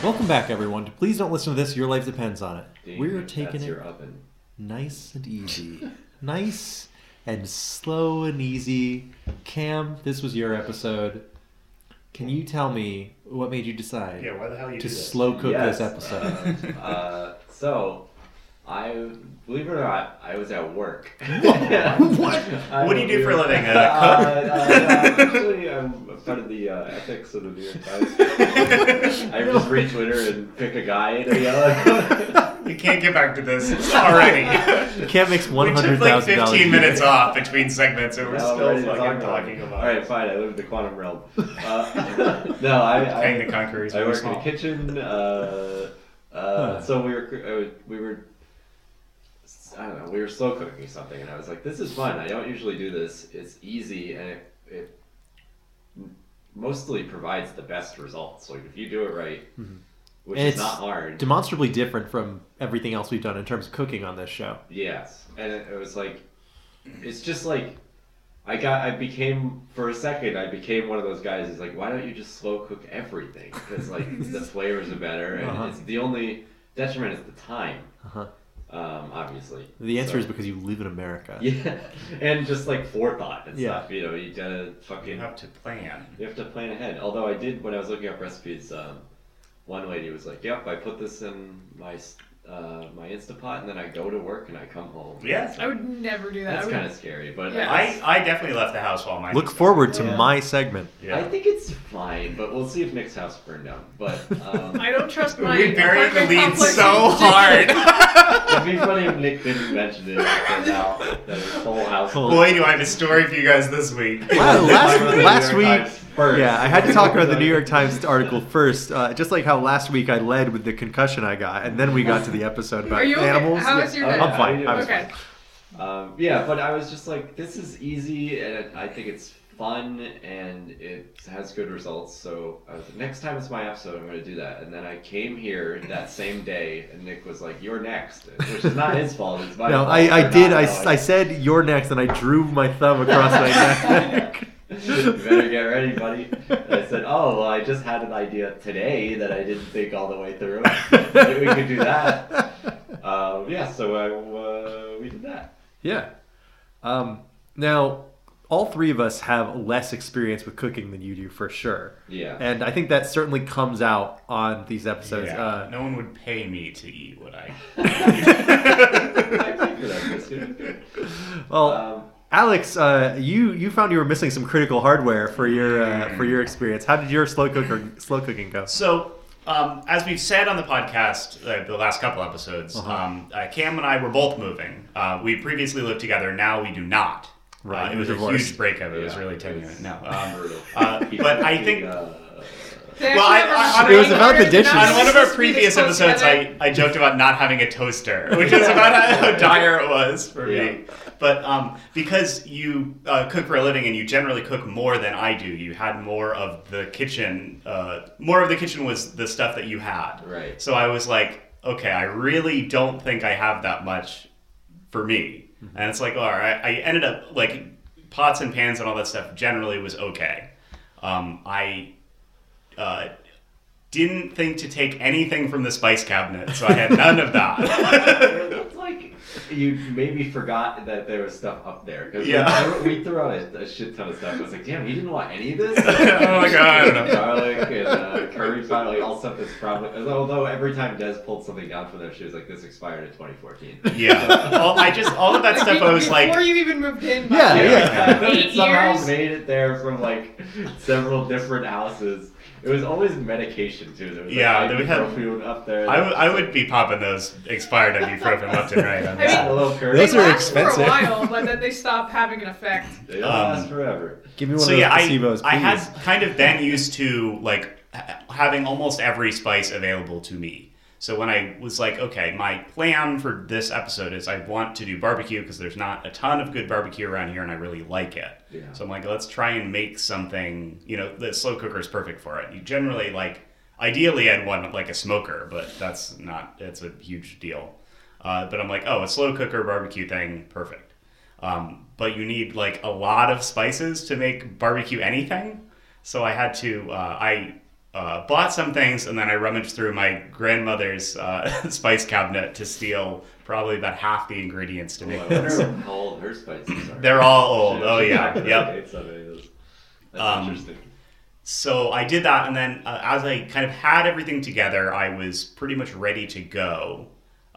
Welcome back, everyone. to Please don't listen to this. Your life depends on it.
Damn,
We're
that's
taking it
your oven.
nice and
*laughs*
easy, nice and slow and easy. Cam, this was your episode. Can you tell me what made you decide
Yeah, why the hell you
to
do this? *laughs*
slow cook
Yes.
this episode?
*laughs* Uh, so, I believe it or not, I was at
*laughs*
work. *laughs*
what?
I
What do you do for a
believe-
living?
Uh,
Uh,
uh, actually, I'm a part of the uh, ethics of the New York Times.
*laughs*
I just read Twitter and pick a guy and yell.
cook? We can't get back to this already.
Cam makes one
we
hundred
took like
thousand
15 minutes off between segments, and we're
Now I'm
still
ready to
fucking
talk about it.
talking about
All right, fine. I live in the quantum
*laughs*
realm. Uh, no, I.
Kang
I
the Conqueror is
I
really
work in the
small.
kitchen. Uh, uh, So we were uh, we were I don't know we were slow cooking something, and I was like, "This is fun. I don't usually do this. It's easy, and it, it mostly provides the best results. Like if you do it right,
Mm-hmm.
which
And
is
it's
not hard.
Demonstrably different from everything else we've done in terms of cooking on this show.
Yes, and it, it was like, it's just like, I got, I became for a second, I became one of those guys who's like, why don't you just slow cook everything? Because like the flavors are better, and
Uh-huh.
it's the only detriment is the time.
Uh-huh.
um, obviously.
The answer
So-
is because you live in America.
*laughs* yeah, and just like forethought and
Yeah.
stuff. You know, you gotta fucking
You have to plan.
You have to plan ahead. Although I did when I was looking up recipes, um, one lady was like, "Yep, I put this in my s- uh, my Instapot, and then I go to work and I come home."
Yeah.
I would never do that.
that's
I would-
kind of scary, but
Yeah.
I,
I, I definitely left the house while mine
Look
was-
forward to
Yeah.
my segment.
Yeah.
I think it's fine. But we'll see if Nick's house burned down. But um,
I don't trust my.
we buried the
apartment
lead
complex
so
in-
hard. *laughs*
*laughs*
it'd be funny if Nick didn't mention it. because Now that his whole house.
Cool.
Boy, do I have a story for you guys this week.
Wow, *laughs* last,
Talk about the
last
New
week,
York Times first.
yeah, I had to talk about the New
*laughs*
York Times article first, uh, just like how last week I led with the concussion I got, and then we got to the episode about
Are you okay?
animals.
How is your
Oh,
head?
I'm fine.
How
I'm
are you
fine.
Okay.
*laughs* Um, yeah, but I was just like, this is easy, and I think it's fun, and it has good results. So I was like, next time it's my episode, I'm going to do that. And then I came here that same day, and Nick was like, "You're next," which is not his fault. It's my
No,
fault
I, I
for
did.
not
I,
knowing.
I said you're next, and I drew my thumb across
*laughs*
my neck.
you better get ready, buddy. And I said, "Oh, well, I just had an idea today that I didn't think all the way through. Maybe we could do that." Um, yeah, so I, uh, we did that.
*laughs* Yeah. Um, now, all three of us have less experience with cooking than you do, for sure.
Yeah. *laughs*
And I think that certainly comes out on these episodes.
*laughs* Yeah,
Uh,
no one would pay me to eat what I.
*laughs* I paid for that, Christian.
well,
Um,
Alex, uh, you you found you were missing some critical hardware for your uh, for your experience. How did your slow cooker slow cooking go?
So, um, as we've said on the podcast, uh, the last couple episodes,
Uh-huh.
um, uh, Cam and I were both moving. Uh, we previously lived together. Now we do not.
Right,
Uh, it
you
was a
divorced.
huge breakup. It was
Yeah,
really
it
tenuous.
was
No. Um,
brutal.
uh, but I think
uh,
They
Well, I-
actually
I-
have a
it was
restraining
about the
order. They're
dishes.
not
on one of our
supposed to be
previous
this close
episodes,
together.
I, I joked about not having a toaster, *laughs* which is about how, how dire it was for
Yeah.
me. But um, because you uh, cook for a living and you generally cook more than I do, you had more of the kitchen. Uh, more of the kitchen was the stuff that you had.
Right.
So I was like, okay, I really don't think I have that much for me.
Mm-hmm.
And it's like, all right, I ended up like pots and pans and all that stuff generally was okay. Um, I uh, didn't think to take anything from the spice cabinet, so I had none of that.
*laughs*
It's like you maybe forgot that there was stuff up there. 'Cause we
Yeah.
threw- We, threw out a, a shit ton of stuff. I was like, damn, he didn't want any of this?
*laughs* Oh my God, I don't know.
Garlic and uh, curry powder, like all stuff that's probably. Although every time Des pulled something down from there, she was like, this expired in 2014. *laughs*
yeah, all, I just all of that stuff. I was
Before
like,
you even moved in. by
Yeah,
the way.
yeah.
Eight
It somehow
years?
made it there from like several different houses. It was always medication too. There was
Yeah,
like,
then we had-
ibuprofen up there.
I, w- I would be popping those expired ibuprofen left and right on
I mean,
this.
Yeah, a little curry.
They
Those are
last for
expensive.
a while, but then they stop having an effect.
They don't
Um,
last
*laughs*
forever.
Give me one
so
of those
yeah, I,
placebos,
I had
please.
kind of been used to like ha- having almost every spice available to me. So when I was like, okay, my plan for this episode is I want to do barbecue because there's not a ton of good barbecue around here, and I really like it.
Yeah.
So I'm like, let's try and make something. You know, the slow cooker is perfect for it. You generally like, ideally, I'd want like a smoker, but that's not. It's a huge deal. Uh, but I'm like, oh, a slow cooker barbecue thing, perfect. Um, but you need like a lot of spices to make barbecue anything. So I had to, uh, I uh, bought some things and then I rummaged through my grandmother's uh, *laughs* spice cabinet to steal probably about half the ingredients to
Oh,
make
I
this.
wonder how old her spices are.
They're
*laughs*
all old.
She-
Oh,
she
yeah.
calculates
Yep.
some of those. That's
Um,
interesting.
So I did that, and then uh, as I kind of had everything together, I was pretty much ready to go.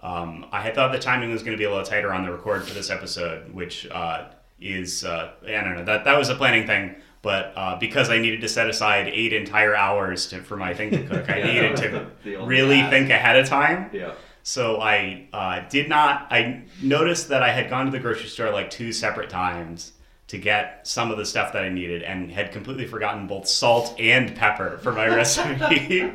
Um, I had thought the timing was going to be a little tighter on the record for this episode, which uh, is uh, I don't know that that was a planning thing, but uh, because I needed to set aside eight entire hours to, for my thing to cook,
*laughs*
I
Yeah,
needed
that was
to
the- the only
really
ask.
think ahead of time.
Yeah.
So I uh, did not. I noticed that I had gone to the grocery store like two separate times to get some of the stuff that I needed, and had completely forgotten both salt and pepper
*laughs*
for my recipe.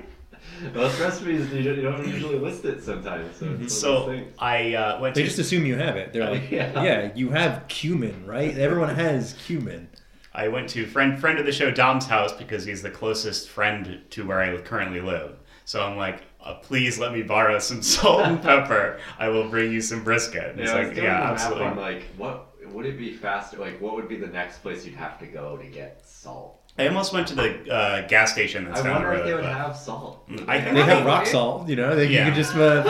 Those recipes, you don't, you don't usually list it sometimes. So, it's one of those
Mhm. so
things.
I uh, went
They
to.
just assume you have it. They're like,
Yeah.
yeah. you have cumin, right? Everyone has cumin.
I went to friend friend of the show Dom's house because he's the closest friend to where I currently live. So I'm like, uh, please let me borrow some *laughs* salt and pepper. I will bring you some brisket. And
yeah,
he's
I was
like,
doing
yeah,
the math
absolutely.
on, like, what would it be faster? Like, what would be the next place you'd have to go to get salt?
I almost went to the uh, gas station that's
I
down the
wonder
road.
if they would
but-
have salt.
I think
They have rock salt, you know. They,
Yeah.
You could just uh,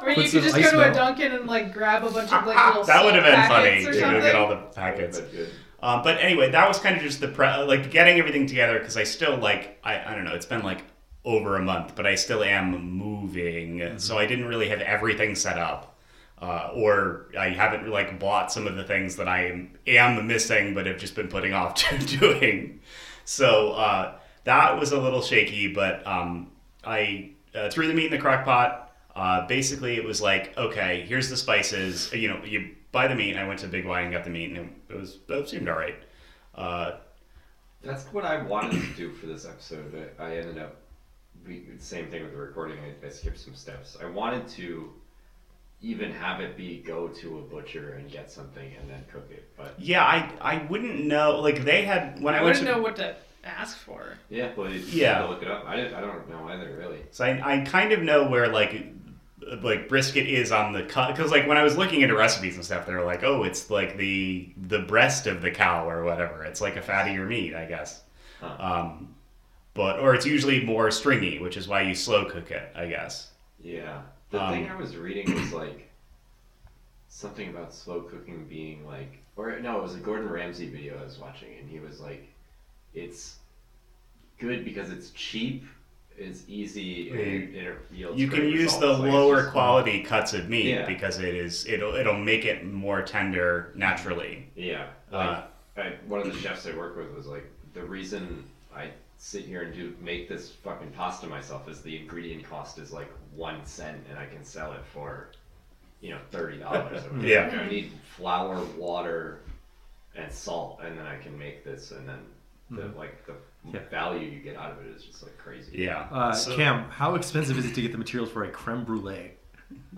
put,
Or
put
you
some
could just
ice
go to a
melt.
Dunkin' and like grab a bunch of like little
*laughs* that would have been funny
packets
to
or
go
something.
get all the packets.
good.
Uh, but anyway, that was kind of just the pre- uh, like getting everything together because I still like I, I don't know it's been like over a month, but I still am moving, so I didn't really have everything set up, uh, or I haven't like bought some of the things that I am, am missing, but have just been putting off *laughs* to doing. So uh, that was a little shaky, but um, I uh, threw the meat in the crock pot. Uh, basically, it was like, okay, here's the spices. Uh, You know, you buy the meat. I went to Big Y and got the meat, and it was it seemed all right. Uh,
That's what I wanted to do for this episode, but I ended up we, same thing with the recording. I, I skipped some steps. I wanted to even have it be go to a butcher and get something and then cook it, but
yeah, I I wouldn't know. Like they had when I,
I
went
wouldn't
to
know what to ask for.
yeah, well, you
Yeah.
yeah, look it up. I, didn't, I don't know either really.
So I, I kind of know where like like brisket is on the cut because like when I was looking into recipes and stuff, they were like, oh, it's like the the breast of the cow or whatever. It's like a fattier meat, I guess. Um, but or it's usually more stringy, which is why you slow cook it, I guess.
Yeah, the
Um,
thing I was reading was like something about slow cooking being like, or no, it was a Gordon Ramsay video I was watching, and he was like, it's good because it's cheap, it's easy, and it, it yields.
you can
great
use the
results. Like, it's
lower
just-
quality cuts of meat
Hmm. Yeah.
because it is it'll it'll make it more tender naturally.
Yeah.
Uh,
Like, I, one of the chefs I work with was like, the reason I sit here and do make this fucking pasta myself is the ingredient cost is like one cent, and I can sell it for, you know, thirty dollars.
*laughs*
Yeah.
I need flour, water, and salt, and then I can make this, and then the
Mhm.
like the value you get out of it is just like crazy.
Uh, Cam, how expensive is it to get the materials for a creme brulee?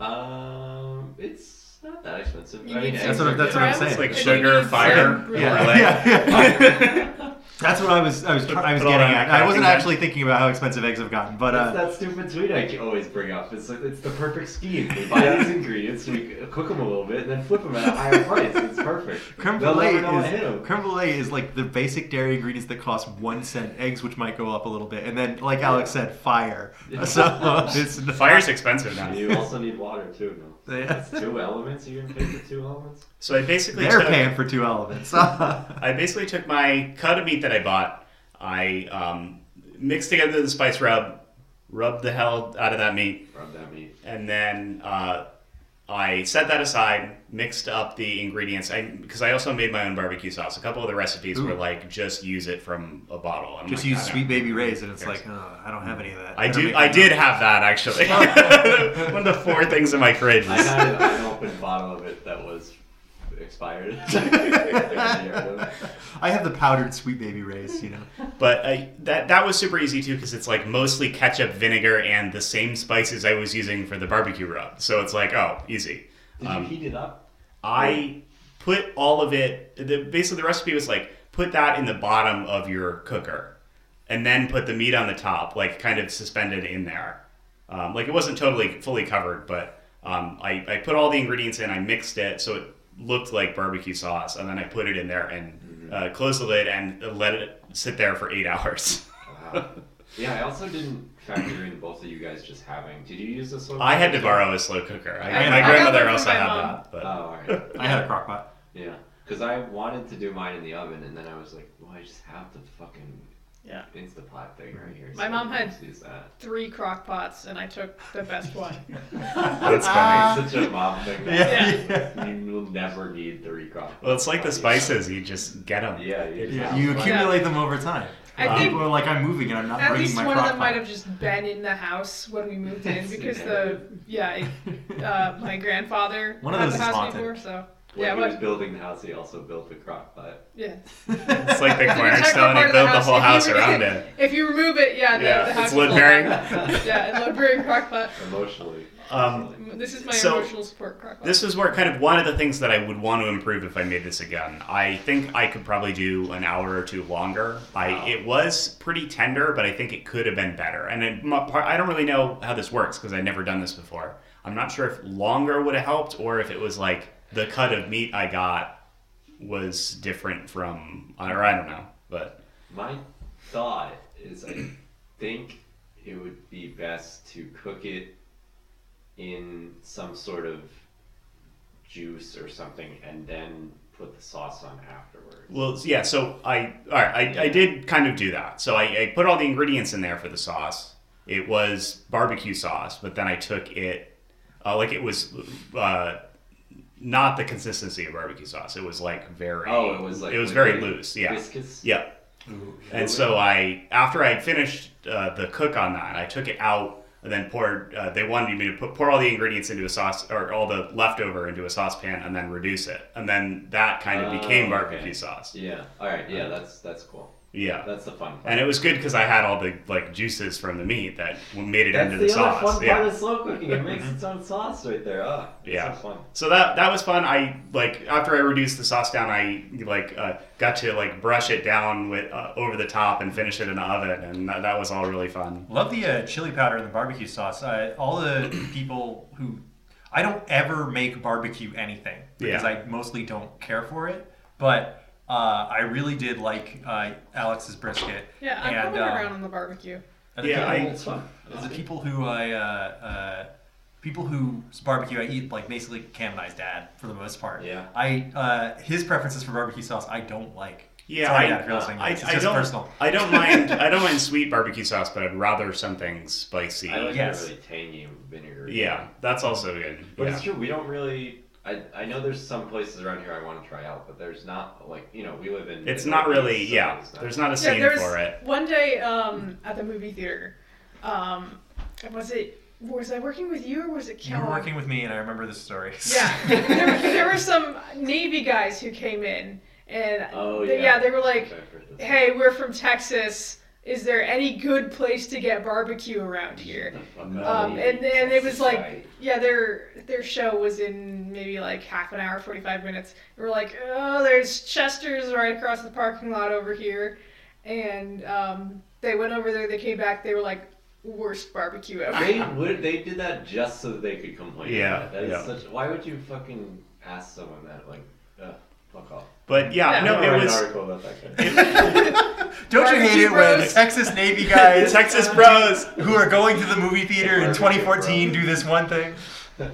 Um, it's not that expensive.
You need That's some what- that's what I'm creme, saying.
Like
and
you
sugar,
need
fire,
some
Yeah. *laughs*
relay.
*laughs*
Yeah. That's what I was. I was. Try- I was
Put all
getting
that
at. I wasn't
cracking down.
actually thinking about how expensive eggs have gotten, but
That's
uh,
that stupid tweet I always bring up. It's like it's the perfect scheme. We buy these ingredients, we cook them a little bit, and then flip them at a higher price. It's
*laughs*
perfect.
creme
They'll
brulee
never know I hit 'em.
is creme brulee is like the basic dairy ingredients that cost one cent. Eggs, which might go up a little bit, and then, like Alex said, fire. So *laughs* it's not-
Fire's expensive now.
You also need water too. No,
Yeah. *laughs*
That's *laughs* two elements. You're gonna pay for two elements.
So I basically
They're
took-
paying for two elements. *laughs*
I basically took my cut of meat that I bought. I um, mixed together the spice rub, rubbed the hell out of that meat,
Rub that meat.
and then uh, I set that aside, mixed up the ingredients. I because I also made my own barbecue sauce. A couple of the recipes
Ooh.
were like just use it from a bottle. I'm
Just
like,
use
I don't-
sweet baby rays, and it's
Yes.
like, oh, I don't have any of that.
I
don't
do.
make
I
my
did
own.
have that actually. *laughs* One of the four things in my fridge.
I
is-
had an unopened bottle of it that was expired. *laughs* Yeah,
*laughs* I have the powdered sweet baby rays. You know.
But uh, that that was super easy too because it's like mostly ketchup, vinegar, and the same spices I was using for the barbecue rub. So it's like oh, easy.
Did
Um,
you heat it up?
I put all of it. The, basically, the recipe was like put that in the bottom of your cooker, and then put the meat on the top, like kind of suspended in there. Um, like it wasn't totally fully covered, but um, I, I put all the ingredients in. I mixed it so it looked like barbecue sauce, and then I put it in there and uh, closed the lid and let it sit there for eight *laughs* hours.
Wow. *laughs* Yeah, I also didn't factor in both of you guys just having. Did you use this one?
I had to borrow a slow cooker. I,
I-
my
I got
grandmother
one from
also
my
had
mom.
that,
Oh,
but
all right.
I had a crock pot.
Yeah, because I wanted to do mine in the oven, and then I was like, well, I just have the fucking
Yeah.
Instapot thing right here.
My mom
I can
had-
just use that.
Three crock pots, and I took the best
*laughs*
one.
that's
Uh,
funny.
It's such a mom thing.
Yeah.
You will never need three crock.
Well, it's like the
pots.
spices. You just get them.
Yeah, you just
Yeah,
have
you
them.
accumulate them over time.
I
Uh,
think-
people are like, I'm moving and I'm not
At
bringing
least
my
one of
crock
them might
pot.
have just been in the house when we
*laughs*
moved in because the yeah, it, uh, my grandfather
One of
had
those
the
is
house
haunted.
before, so
When
yeah,
he was
but,
building the house, he also built the crock pot.
yeah.
It's like the *laughs*
It's an integral
cornerstone.
part
They
of
built the whole house
If you- *laughs*
around it.
If you remove it, yeah, the,
Yeah,
the
it's
house. is
wood
full.
bearing.
yeah, it's wood bearing crock pot.
Emotionally.
Um,
This is my
So,
emotional support crock pot.
This is where kind of one of the things that I would want to improve if I made this again. I think I could probably do an hour or two longer. I it was pretty tender, but I think it could have been better. And it, my part, I don't really know how this works because I've never done this before. I'm not sure if longer would have helped or if it was like the cut of meat I got was different from, or I don't know. But
My thought is I think it would be best to cook it in some sort of juice or something and then put the sauce on afterward.
Well, yeah. So I, all right, I, I did kind of do that. So I, I put all the ingredients in there for the sauce. It was barbecue sauce, but then I took it, uh, like it was, uh, not the consistency of barbecue sauce. It was like very,
Oh, it was like
it was
liquid
very loose. Yeah,
biscuits?
yeah. And so I, after I had finished uh, the cook on that, I took it out and then poured. Uh, they wanted me to put, pour all the ingredients into a sauce or all the leftover into a saucepan and then reduce it, and then that kind of
Oh,
became
okay.
barbecue sauce.
Yeah. All right. Yeah, that's that's cool.
Yeah.
That's the fun part.
And it was good because I had all the like juices from the meat that made it
that's
into
the,
the, sauce.
other fun
yeah. Mm-hmm.
part of slow cooking. It makes its own sauce right there. Ah, it's
Yeah.
so fun.
So that that was fun. I like after I reduced the sauce down, I like uh, got to like brush it down with uh, over the top and finish it in the oven, and that, that was all really fun.
Love the uh, chili powder and the barbecue sauce. Uh, all the *clears throat* people who I don't ever make barbecue anything because
Yeah.
I mostly don't care for it. But uh, I really did like uh, Alex's brisket.
Yeah, I'm
and,
um,
coming
uh,
around on the barbecue.
and the people, the people who I uh, uh, people whose barbecue I eat like basically Cam and I's dad for the most part.
Yeah.
I uh, his preferences for barbecue sauce I don't like.
Yeah,
Sorry,
I, uh,
Dad, if you're listening. to
I,
this. it's
I
just
don't.
personal. *laughs*
I don't mind. I don't mind sweet barbecue sauce, but I'd rather something spicy.
I like the really tangy vinegar.
Yeah, that's also good.
But
yeah.
it's true. We don't really. I, I know there's some places around here I want to try out, but there's not like you know we live in.
It's
the
not really.
Northeast, so
Yeah,
it's
there's not a
Yeah,
scene
there was
for it.
one day um, at the movie theater. Um, was it? Was I working with you or was it
You were
Callum?
working with me, and I remember this story.
Yeah,
*laughs*
there, there were some Navy guys who came in, and
Oh,
they-
yeah.
they were like,
Okay, I've heard this.
"Hey, we're from Texas. Is there any good place to get barbecue around here?" Um, and and it was like, yeah, their their show was in maybe like half an hour, forty five minutes. And we're like, oh, there's Chester's right across the parking lot over here, and um, they went over there. They came back. They were like, worst barbecue ever.
They would. They did that just so they could complain.
Yeah,
About it. That is
yeah.
such. Why would you fucking ask someone that? Like, uh, fuck off.
But yeah,
I'm
no,
gonna
it
write
was-
An article about that guy.
Don't you hate it when Texas Navy guys,
*laughs* Texas bros,
who are going to the movie theater in 2014 do this one thing?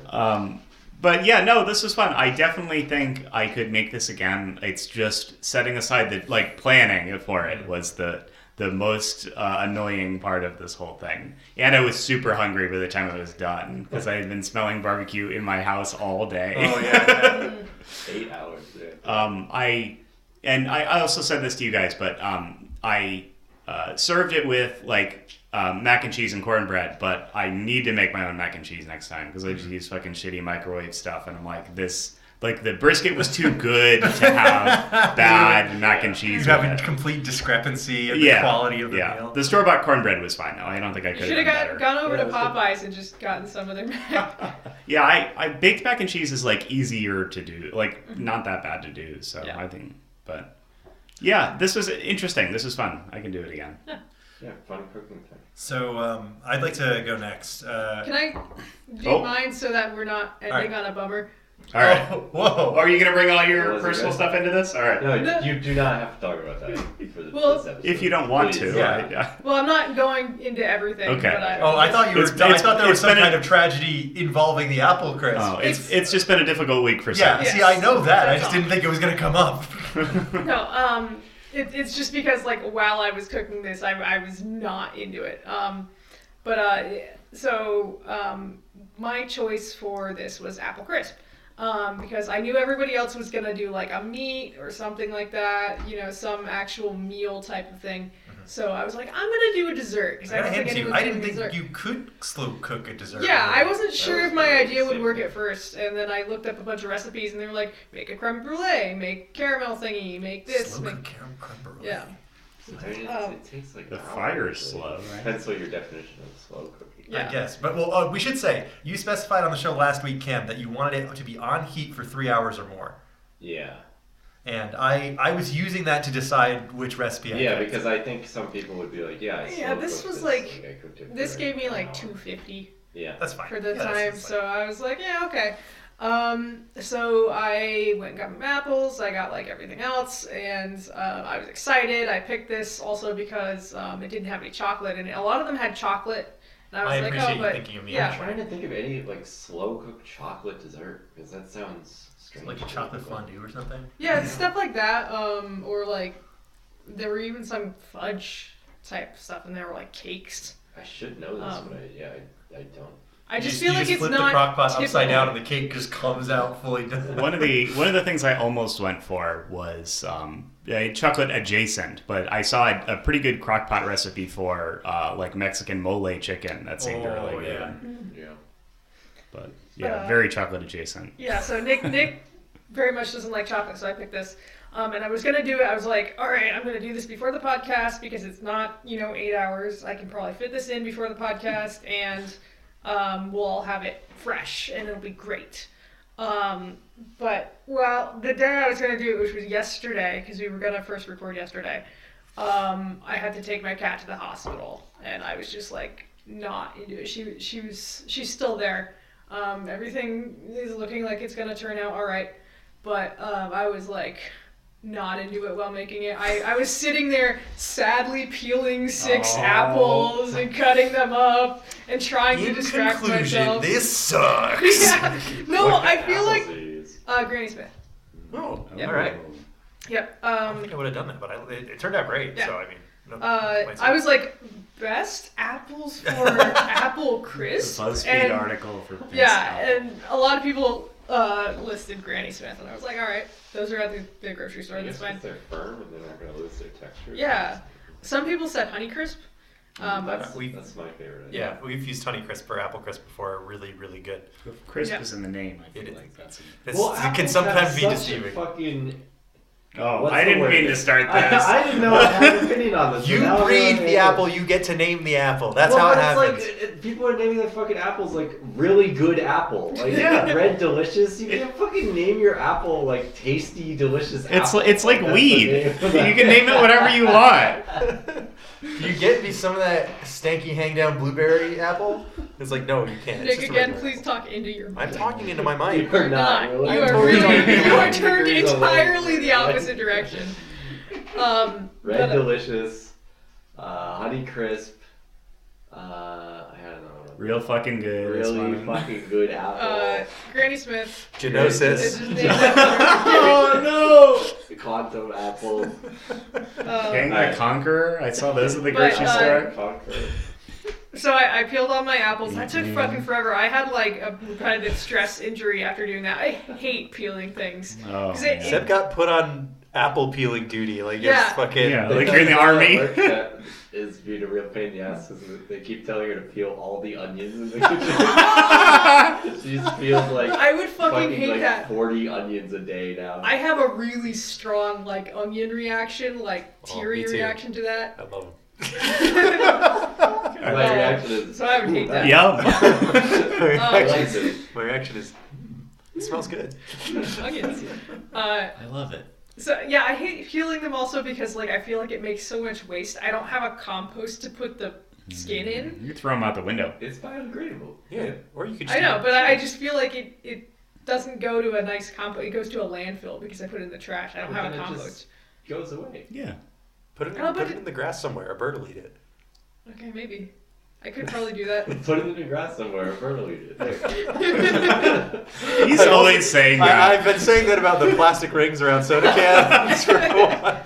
Um, but yeah, no, this was fun. I definitely think I could make this again. It's just setting aside the like planning for it was the the most uh, annoying part of this whole thing. And I was super hungry by the time it was done because I had been smelling barbecue in my house all day.
Oh, yeah. Eight hours. Yeah.
um, I and I, I also said this to you guys, but um, I uh, served it with like um, mac and cheese and cornbread. But I need to make my own mac and cheese next time because I
Mm-hmm.
just use fucking shitty microwave stuff, and I'm like this. Like the brisket was too good
*laughs*
to have bad mac and cheese.
*laughs* You have
with
a
it.
complete discrepancy of the
yeah,
quality of the
yeah.
meal.
The store bought cornbread was fine though. I don't think I
You
could
should have
done
got,
better.
gone over to Popeyes and just gotten some of their mac.
Yeah, I, I baked mac and cheese is like easier to do, like not that bad to do. So I think, but yeah, this was interesting. This was fun. I can do it again.
yeah, fun cooking time.
So um, I'd like to go next. Uh,
Can I do
Oh.
mine so that we're not
right.
ending on a bummer?
All right.
*laughs* whoa.
Are you gonna bring all
That
your
wasn't
personal
good.
stuff into this? All right.
No, you do not have to talk about that for the,
Well-
this episode.
if you don't want to.
Please.
right, yeah.
Well, I'm not going into everything.
Okay.
But I,
oh, I thought you were.
It's-
done. I
it's-
thought there was
it's
some
been a-
kind of tragedy involving the apple crisp.
Oh, it's, it's just been a difficult week for
yeah.
some.
See, I know that. I just didn't think it was going to come
*laughs*
up.
No, um, it, it's just because like while I was cooking this, I, I was not into it. Um, but uh, so um, my choice for this was apple crisp. Um, because I knew everybody else was gonna do like a meat or something like that, you know, some actual meal type of thing. So I was like, I'm gonna do a dessert because
I
I
gotta
don't
hand
think
it to you. Mm-hmm.
anyone's
I
gonna
didn't
do dessert.
think you could slow cook a dessert.
Yeah, I wasn't sure if my idea would work at first, and then I looked up a bunch of recipes, and they were like, make a creme brulee, make caramel thingy, make this,
Slow
make
cook creme brulee.
yeah.
I mean,
Oh.
it's, it takes like
The
an hour,
fire
really.
is slow, right?
Depends what your definition of slow cooking.
I guess. But well, uh, we should say you specified on the show last week, Cam, that you wanted it to be on heat for three hours or more,
Yeah.
and I I was using that to decide which recipe. I
Yeah,
picked.
because I think some people would be like, yeah, I
Yeah,
slow
this
cooked
was like
I cooked it
this
for-
gave me like two fifty
Yeah.
that's fine
for the
Yeah, that's-
time,
that's
so I was like, yeah, okay. Um, so I went and got my apples. I got like everything else, and uh, I was excited. I picked this also because um, it didn't have any chocolate in it. A lot of them had chocolate, and I was like, oh, but yeah,
I'm trying to think of any like slow cooked chocolate dessert because that sounds strange.
Like a chocolate fondue or something.
Yeah, it's stuff like that. Um, or like there were even some fudge type stuff, and there were like cakes.
I should know this,
Um,
but I, yeah, I, I don't.
I just
you
feel like
just
it's
flip
not
the crock pot upside
typical.
down and the cake just comes out fully done.
*laughs* *laughs* one of the one of the things I almost went for was um, a chocolate adjacent, but I saw a, a pretty good crock pot recipe for uh, like Mexican mole chicken that seemed
Oh,
really good.
yeah.
Mhm.
Yeah.
But yeah,
Uh,
very chocolate adjacent.
Yeah, so Nick Nick very much doesn't like chocolate, so I picked this. Um, and I was gonna do it. I was like, all right, I'm gonna do this before the podcast because it's not you know eight hours. I can probably fit this in before the podcast, and um, we'll all have it fresh, and it'll be great. Um, but well, the day I was gonna do it, which was yesterday, because we were gonna first record yesterday, um, I had to take my cat to the hospital, and I was just like not into it. She she was she's still there. Um, everything is looking like it's gonna turn out all right, but um, I was like not into it while making it. I, I was sitting there sadly peeling six
Oh.
apples and cutting them up and trying to
In
distract
conclusion,
myself. *laughs*
this sucks.
Yeah. No,
What
I feel like uh, Granny Smith.
Oh,
Yeah.
all right.
Yep.
I
Um,
think I would have done that, but I, it, it turned out great.
Yeah.
So I mean, no,
Uh,
complaints.
I was like, best
*laughs*
apples for apple crisp.
The BuzzFeed
and,
article for best
yeah,
apple.
and a lot of people uh, listed Granny Smith, and I was like, all right, those are at the, the grocery store.
I
That's
guess
fine.
if they're firm and they're not going to lose their texture.
Yeah, some people said Honeycrisp. Um,
that's, that's my favorite.
yeah, we've used Honey Crisp or Apple Crisp before. Really, really good.
Crisp
Yeah.
is in the name. I
It
feel
is.
like that's.
It's- it can sometimes be deceiving.
Fucking.
Oh,
What's
I
the
didn't
word?
mean to start
I-
*laughs* this.
I didn't know I had an opinion on this.
You
but now I
breed
really
the
am.
apple, you get to name the apple. That's
Well,
how it
but it's
happens.
Like, it- it- people are naming their fucking apples like really
*laughs*
good apple. Like
Yeah.
red delicious. You can't fucking name your apple like tasty delicious.
It's
apple.
li- it's like
That's the
weed.
name of
*laughs* You can name it
*laughs*
whatever you want.
you get me some of that stanky hang down blueberry apple? It's like no, you can't. It's
Nick,
just a
again,
regular-
please talk into your mic.
I'm talking into my mind.
You're not.
You're not. You are really. You are turned entirely the opposite direction. Um,
Red
but, uh,
delicious. Uh, honey crisp. Uh, I had another one.
Real fucking good. this
Really
one. *laughs*
fucking good apple.
uh, Granny Smith. It's
Genosis.
*laughs*
just named after-
oh no! Quantum apple.
Um,
King the Conqueror. I saw those at the
But,
grocery
uh,
store.
*laughs*
Conquer.
So I, I peeled all my apples. That took
Mhm.
Mm-hmm.
fucking forever. I had like a repetitive stress injury after doing that. I hate peeling things.
Oh,
'Cause it-
man.
*laughs*
*laughs*
Seb got put on apple peeling duty. Like
Yeah.
it's fucking.
Yeah, like you're in the army. *laughs*
That is being a real pain in the ass because they keep telling her to peel all the onions in the
*laughs*
kitchen. she just peels like
I would fucking hate
like
that.
forty onions a day now.
I have a really strong like onion reaction, like
Oh, me
teary
too.
reaction to that. Uh,
I love
*laughs*
him.
My reaction is
So I would hate
*laughs*
that.
Yum.
My
Um,
reaction
like it.
is. My reaction is. It smells good.
Onions. Uh,
I love it.
so yeah, I hate peeling them also because like I feel like it makes so much waste. I don't have a compost to put the skin in.
You throw them out the window.
It's biodegradable.
Yeah, or you could. Just
I know, but I, I just feel like it, it doesn't go to a nice compost. It goes to a landfill because I put it in the trash. I don't
But
have a
then it
compost.
just goes away.
Yeah.
put it,
Oh, but
put it in the grass somewhere. A bird will eat it.
Okay, maybe. I could probably do that.
Put it in the grass somewhere, fertilate
*laughs*
it. There. *laughs*
He's
I also-
always saying
I,
that.
I've been saying that about the plastic rings around soda cans for a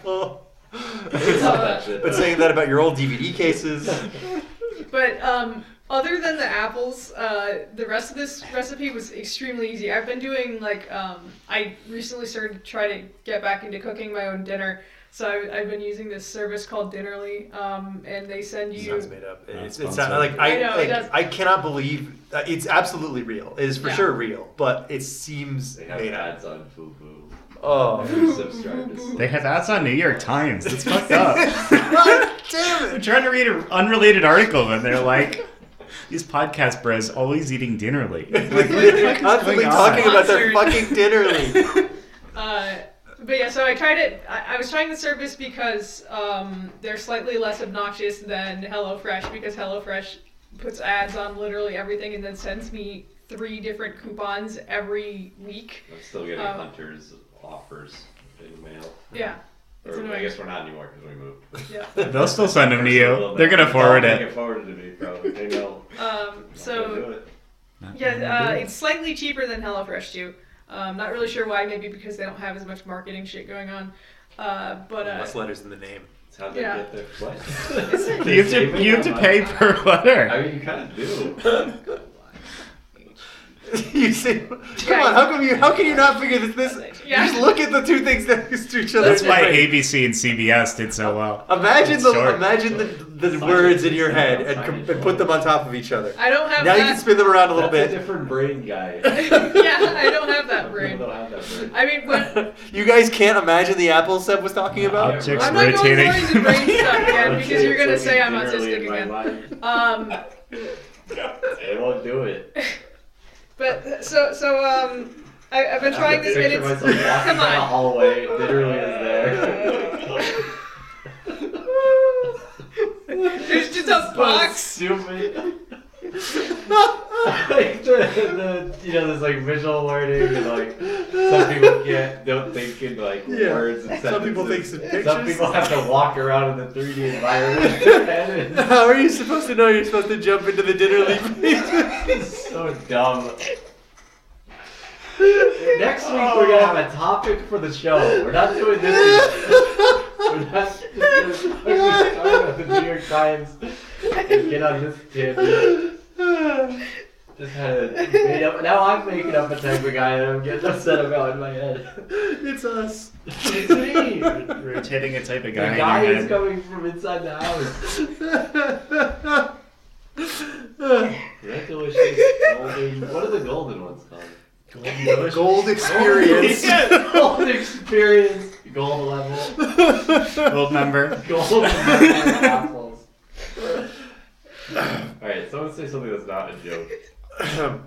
*laughs*
while.
Love that shit.
been saying that about your old DVD cases.
But um, other than the apples, uh, the rest of this recipe was extremely easy. I've been doing like um, I recently started to try to get back into cooking my own dinner. So I, I've been using this service called Dinnerly, um, and they send you. *laughs*
Sounds made up. It's, it's
sponsored.
not, like I,
I know, it
like,
does.
I cannot believe uh, it's absolutely real. It is for
Yeah.
sure real, but it seems
They have
made up.
ads on
*laughs*
FUBU.
Oh,
If you subscribe to
They have ads on New York Times. It's fucked
*laughs*
up.
God damn
I'm
it!
trying to read an unrelated article and they're like, these podcast bros always eating dinner late. Like, what the fuck is
Constantly
going on?
talking about their
Sponsored.
fucking
*laughs*
dinner league.
Uh, but yeah, so I tried it. I, I was trying the service because um, they're slightly less obnoxious than HelloFresh because HelloFresh puts ads on literally everything and then sends me three different coupons every week.
I'm still getting
Um,
hunters offers in mail.
Yeah. It's
Or, I
annoying.
guess we're not anymore because we moved.
*laughs* Yeah.
They'll still send them to
Well,
you. *laughs* They're gonna
they'll
forward
make
it.
Forward it to me, probably. They *laughs* know.
Um,
do
so
it.
yeah, uh, it's slightly cheaper than HelloFresh too. Um, not really sure why. Maybe because they don't have as much marketing shit going on. Uh, but uh,
Less letters in the name.
That's how
they Yeah.
get their what?
*laughs*
*laughs*
You have to you have to pay per letter.
I mean, you kind of
*laughs*
do.
*laughs* you say, come on, how come you? How can you not figure this? this
Yeah.
You just look at the two things next to each other.
That's
and you're
why
like-
ABC and CBS did so well.
Imagine
It's
the
short.
imagine the, the words in your head and, com- and put them on top of each other.
I don't have
now you
that-
can spin them around a little
That's a
bit.
different brain
*laughs*
guy.
yeah, I don't have that
People
brain.
don't have that brain.
I mean,
*laughs*
when,
*laughs* You guys can't imagine the apple Seb was talking about.
Objects
I'm not going
rotating.
to
*laughs*
brain stuff again
Honestly,
because you're
it's
gonna
like
say I'm
literally
autistic
in my
again.
life.
Um,
They won't do
*laughs*
it.
but so so um, I, I've been
I
trying
can
this and
picture
it's
myself walking
*laughs* come
down the
on.
hallway. It Literally is there. *laughs*
*laughs* There's just a
so
box.
stupid.
*laughs*
like the, the, you know, there's like visual learning and like some people get don't think in like
Yeah.
words and sentences.
Some people think some
Some
pictures.
people have to walk around in the
*laughs*
3D environment.
*laughs*
*laughs*
How are you supposed to know you're supposed to jump into the dinner league page?
it's so dumb. Next week we're gonna have a topic for the show. We're not doing this. We're not just gonna talk about the New York Times and get on this tangent. Just had it made up. Now I'm making up a type of guy that I'm getting upset about in my head.
*laughs* it's us.
It's me. The
Rotating a type of guy. in
guy
your
is
head.
coming from inside the house. Red Delicious, Golden. What are the golden ones called?
Gold experience.
Gold experience,
*laughs*
gold level,
*laughs* Gold member.
gold apples. All right, someone say something that's not a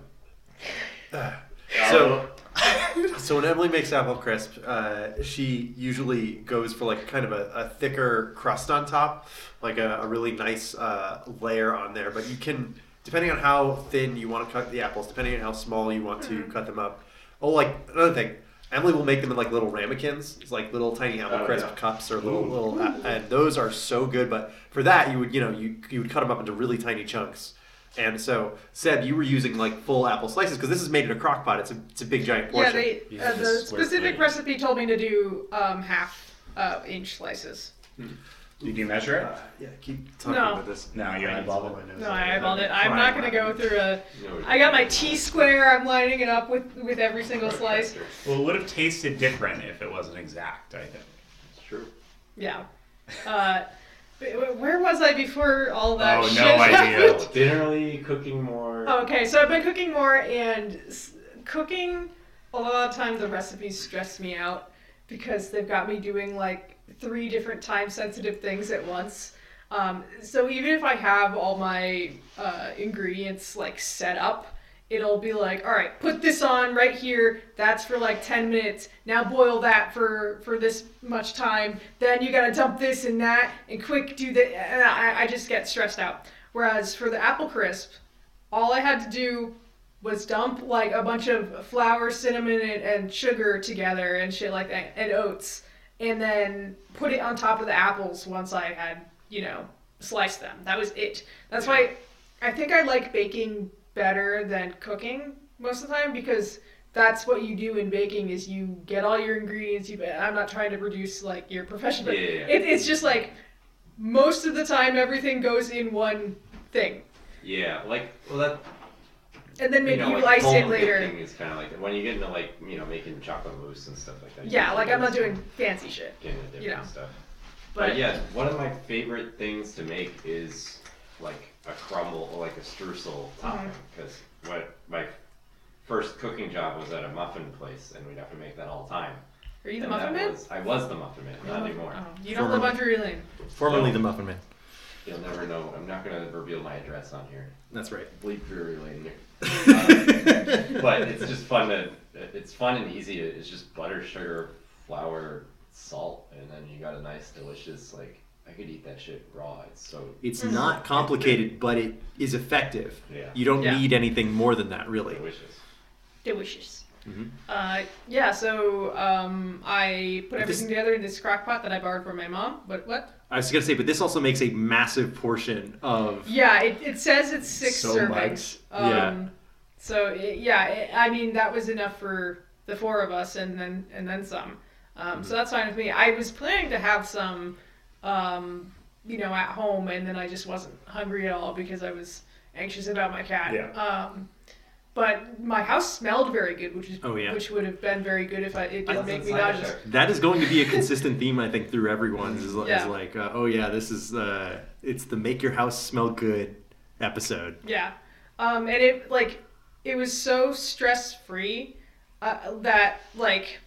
joke.
So, so when Emily makes apple crisp, uh, she usually goes for like kind of a, a thicker crust on top, like a, a really nice uh, layer on there. But you can, depending on how thin you want to cut the apples, depending on how small you want to cut them up. Oh, like another thing, Emily will make them in like little ramekins, it's like little tiny apple
Oh,
crisp
yeah.
cups or little little, and those are so good. But for that, you would you know you you would cut them up into really tiny chunks. And so, Seb, you were using like full apple slices because this is made in a crock pot. It's a, it's a big giant
Yeah,
portion.
they
You
uh,
have
the
this square
specific
plate.
recipe told me to do um, half uh, inch slices.
Did you measure it?
yeah, keep talking
No.
about this.
No, you eyeball it.
No, I eyeballed it. I'm not gonna go through a.
No,
I got my T square. I'm lining it up with with every single slice.
Well, it would have tasted different if it wasn't exact. I think.
It's true.
Yeah. Uh, but where was I before all that?
Oh, no
shit
idea.
*laughs* happened?
Dinnerly, cooking more.
Oh, Okay, so I've been cooking more, and s- cooking a lot of times the recipes stress me out because they've got me doing like three different time sensitive things at once. Um, so even if I have all my uh, ingredients like set up, it'll be like, all right, put this on right here. That's for like 10 minutes. Now boil that for for this much time. Then you gotta dump this and that, and quick do that. And I, I just get stressed out. Whereas for the apple crisp, all I had to do was dump like a bunch of flour, cinnamon, and, and sugar together and shit like that, and oats, and then put it on top of the apples once I had, you know, sliced them. That was it. That's why I think I like baking better than cooking most of the time because that's what you do in baking is you get all your ingredients. You, I'm not trying to reduce like your profession, but
Yeah, yeah, yeah.
It, it's just like most of the time everything goes in one thing.
Yeah, like well that.
And then maybe
you,
you,
know, like,
ice it
home
later.
baking is kind of like when you get into like you know making chocolate mousse and stuff like that. you
Yeah,
can
like I'm not
always
doing fancy shit.
get into different
you know,
stuff.
But,
But yeah, one of my favorite things to make is like a crumble or like a streusel topping.
Mm-hmm.
Because what my first cooking job was at a muffin place, and we'd have to make that all the time.
are you the
And
muffin
that
man?
Was, I was the muffin man, not anymore.
Oh, you don't live on Drury Lane.
Formerly
So-
the Muffin Man.
You'll never know. I'm not gonna reveal my address on here.
That's right.
Bleep Drury Lane. Um, *laughs* but it's just fun to. It's fun and easy. To, it's just butter, sugar, flour, salt, and then you got a nice, delicious like. I I could eat that shit raw. It's so.
*laughs* It's
Mm-hmm.
not complicated, but it is effective.
Yeah.
You don't
Yeah.
need anything more than that, really.
Delicious.
Mm-hmm.
Mhm.
Uh, yeah, so um, I put everything together in this crock pot that I borrowed from my mom. But what?
I was gonna say, but this also makes a massive portion of
Yeah, it, it says it's six
So
servings.
much. Yeah.
Um, So it, yeah, it, I mean that was enough for the four of us, and then and then some. Um,
Mm-hmm.
So that's fine with me. I was planning to have some, um, you know, at home, and then I just wasn't hungry at all because I was anxious about my cat.
Yeah.
Um, but my house smelled very good, which is
Oh, yeah.
which would have been very good if I, it didn't
That's
make me
inside the
nauseous.
shirt.
that is going to be a consistent theme I think through everyone's is,
Yeah.
is like uh, oh yeah this is uh, it's the make your house smell good episode
Yeah, um, and it like it was so stress free uh, that like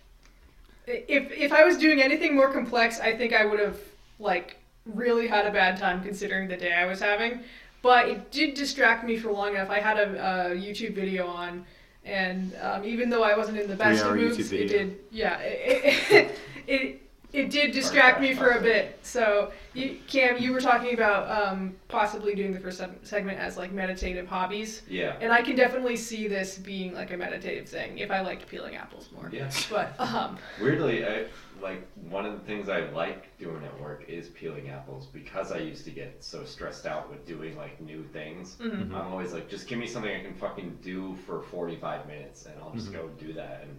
if if I was doing anything more complex, I think I would have like really had a bad time considering the day I was having. But it did distract me for long enough. I had a, a YouTube video on, and um, even though I wasn't in the best of
Three-hour
moods,
YouTube
it
video.
did. Yeah, *laughs* it it, it, it did distract me for a bit. So, you, Cam, you were talking about um, possibly doing the first seg- segment as like meditative hobbies.
Yeah.
And I can definitely see this being like a meditative thing if I liked peeling apples more.
Yeah.
*laughs* But
*laughs*
um,
Weirdly, I like one of the things I like doing at work is peeling apples because I used to get so stressed out with doing like new things.
Mhm.
I'm always like, just give me something I can fucking do for 45 minutes, and I'll just
Mhm.
go do that and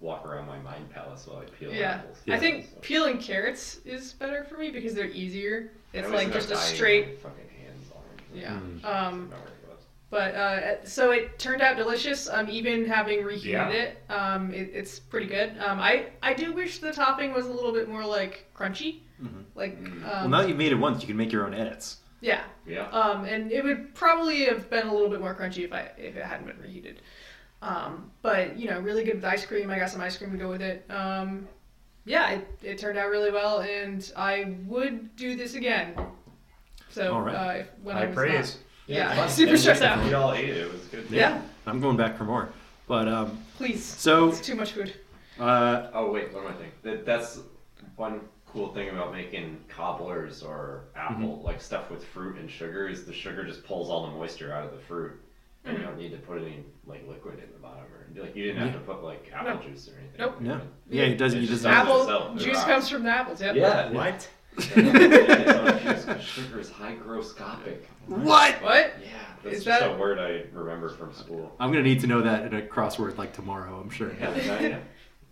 walk around my mind palace while I peel
yeah.
apples.
I think peeling carrots is better for me because they're easier.
I
It's
always
like
end
just
up
a
dying
straight.
with Fucking hands on.
Yeah.
Mm.
Um,
Not really close.
But uh, so it turned out delicious. Um, even having reheated
Yeah.
it, um, it, it's pretty good. Um, I I do wish the topping was a little bit more like crunchy,
Mm-hmm.
like um,
well now you've made it once you can make your own edits
yeah.
Yeah.
Um, and it would probably have been a little bit more crunchy if I if it hadn't been reheated. Um, but you know, really good with ice cream. I got some ice cream to go with it. Um, yeah, it, it turned out really well, and I would do this again. So
All right.
uh, if- when I
High
was
praise.
not- yeah, *laughs*
Yeah,
super
fun.
stressed out.
We all ate it. It was good.
Yeah.
i'm going back for more but um
Please.
So-
it's too much food.
uh,
oh wait, one more thing. That, that's one cool thing about making cobblers or apple
Mm-hmm.
like stuff with fruit and sugar is the sugar just pulls all the moisture out of the fruit, and
Mm-hmm.
you don't need to put any like liquid in the bottom or like you didn't have
Yeah.
to put like apple
No.
juice or anything.
Nope.
no yeah it doesn't
It
you
just
just
Apple juice comes from the apples. Yep.
Yeah.
What?
What? sugar is hygroscopic.
What?
What?
Yeah, that's
Is
just
that-
a word I remember from school.
i'm gonna need to know that in a crossword like tomorrow i'm sure
*laughs*
Yeah, yeah.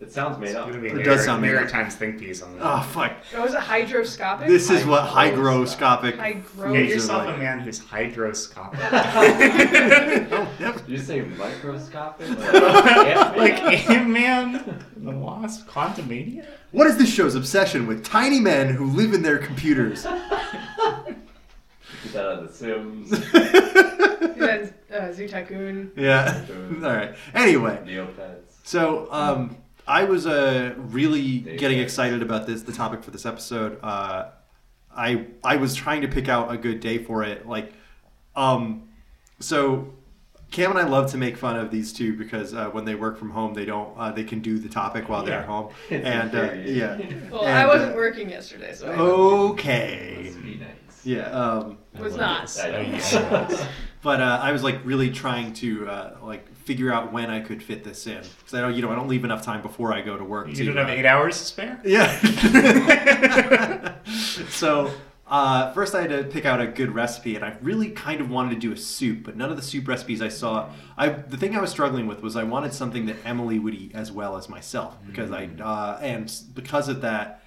It sounds made up.
it does sound made up.
Times think piece on that.
Ah,
oh fuck
Oh, is it hydroscopic?
this is what hygroscopic
Hygro-
Get
foods are
yourself
like.
a man who's hydroscopic.
Oh,
Did you say
*laughs*
microscopic? Ant-Man?
like Ant-Man, the Wasp, Quantumania?
What is this show's obsession with tiny men who live in their computers? *laughs*
Get that on The Sims.
Then uh, Zoo Tycoon.
Yeah. *laughs* All right. Anyway.
Neopets.
So, um, I was uh, really getting excited about this, the topic for this episode. Uh, I I was trying to pick out a good day for it. Like, um, so Cam and I love to make fun of these two because uh, when they work from home, they don't uh, they can do the topic while they're
Yeah.
at home,
It's
and uh, yeah.
infuriating.
Well,
And,
I
uh,
wasn't working yesterday, so I
Oh,
Okay.
be nice.
Yeah. Um,
was not.
but uh, I was like really trying to uh, like figure out when I could fit this in because I don't, you know, I don't leave enough time before I go to work.
You
to,
didn't
uh,
have eight hours to spare?
Yeah. *laughs* so uh, first, I had to pick out a good recipe, and I really kind of wanted to do a soup, but none of the soup recipes I saw. I the thing I was struggling with was I wanted something that Emily would eat as well as myself because
Mm.
I uh, and s- because of that.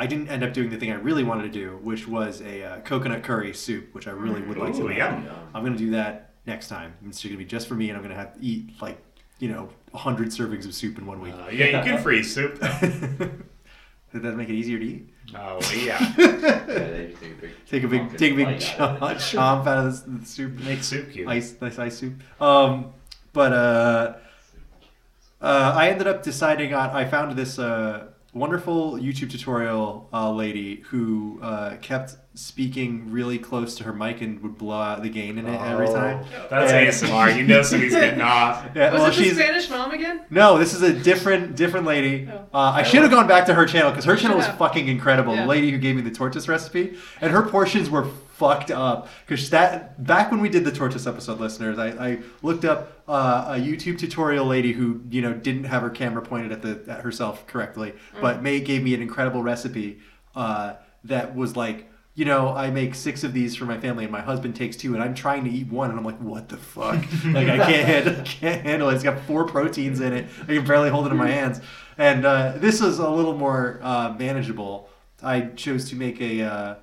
I didn't end up doing the thing I really wanted to do, which was a uh, coconut curry soup, which I really would like to.
Ooh,
make.
yum.
I'm gonna do that next time. It's gonna be just for me, and I'm gonna have to eat like you know hundred servings of soup in one week.
Uh, yeah, you can freeze soup.
*laughs* Did that make it easier to
*laughs*
eat?
Oh yeah.
they just take a big
take a big
chunk
take a big
and bite out of it.
chomp out of the, the soup.
Make soup cube.
Ice nice ice soup. Um, but uh, uh, I ended up deciding on. I found this uh, wonderful YouTube tutorial uh, lady who uh, kept speaking really close to her mic and would blow out the gain in it every
Oh.
time.
That's
And-
ASMR. You know somebody's getting off.
Yeah,
Was
well,
it the
she's-
Spanish mom again?
No, this is a different different lady. Uh,
Oh.
I should have gone back to her channel because her channel was fucking incredible.
Yeah.
The lady who gave me the tortoise recipe, and her portions were fucked up. Because that back when we did the tortoise episode, listeners, I, I looked up uh, a YouTube tutorial lady who you know didn't have her camera pointed at the at herself correctly, but May gave me an incredible recipe uh, that was like. You know, I make six of these for my family, and my husband takes two, and I'm trying to eat one, and I'm like, "What the fuck? like, I can't handle *laughs* I can't handle it. It's got four proteins in it. I can barely hold it in my hands. And uh, this is a little more uh, manageable. I chose to make a uh,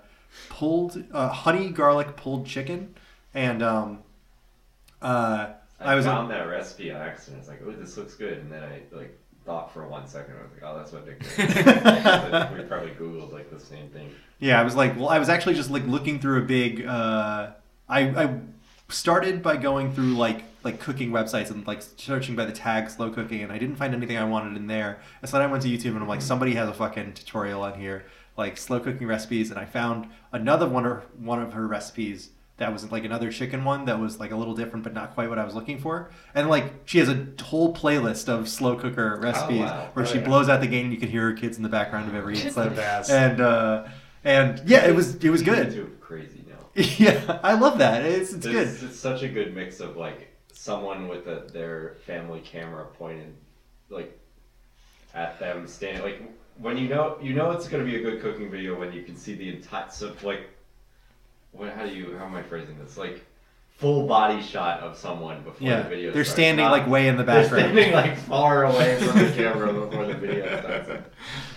pulled uh, honey garlic pulled chicken, and um, uh, *laughs*
I,
I was
found that recipe on accident. It's like, oh, this looks good, and then I like thought for one second. I was like, oh, that's what Nick.
*laughs*
did. we probably googled like the same thing.
Yeah, I was like, well, I was actually just like looking through a big. Uh, I I started by going through like like cooking websites and like searching by the tag slow cooking, and I didn't find anything I wanted in there. And so then I went to YouTube, and I'm
Mm-hmm.
like, somebody has a fucking tutorial on here, like slow cooking recipes, and I found another one or one of her recipes that was like another chicken one that was like a little different but not quite what I was looking for. And like she has a whole playlist of slow cooker recipes
wow.
where
Oh,
she
yeah.
blows out the game and you can hear her kids in the background of every
Kids
clip.
in the background.
And uh and yeah, it was it was good. *laughs*
YouTube crazy now.
yeah, I love that. It's it's good.
It's, it's such a good mix of like someone with a, their family camera pointed like at them standing like when you know you know it's going to be a good cooking video when you can see the entire so like what how do you how am I phrasing this like full body shot of someone before
Yeah,
the video
they're
starts.
standing,
Not-
like, way in the
they're
background.
standing like far away from
*laughs*
the camera before the video starts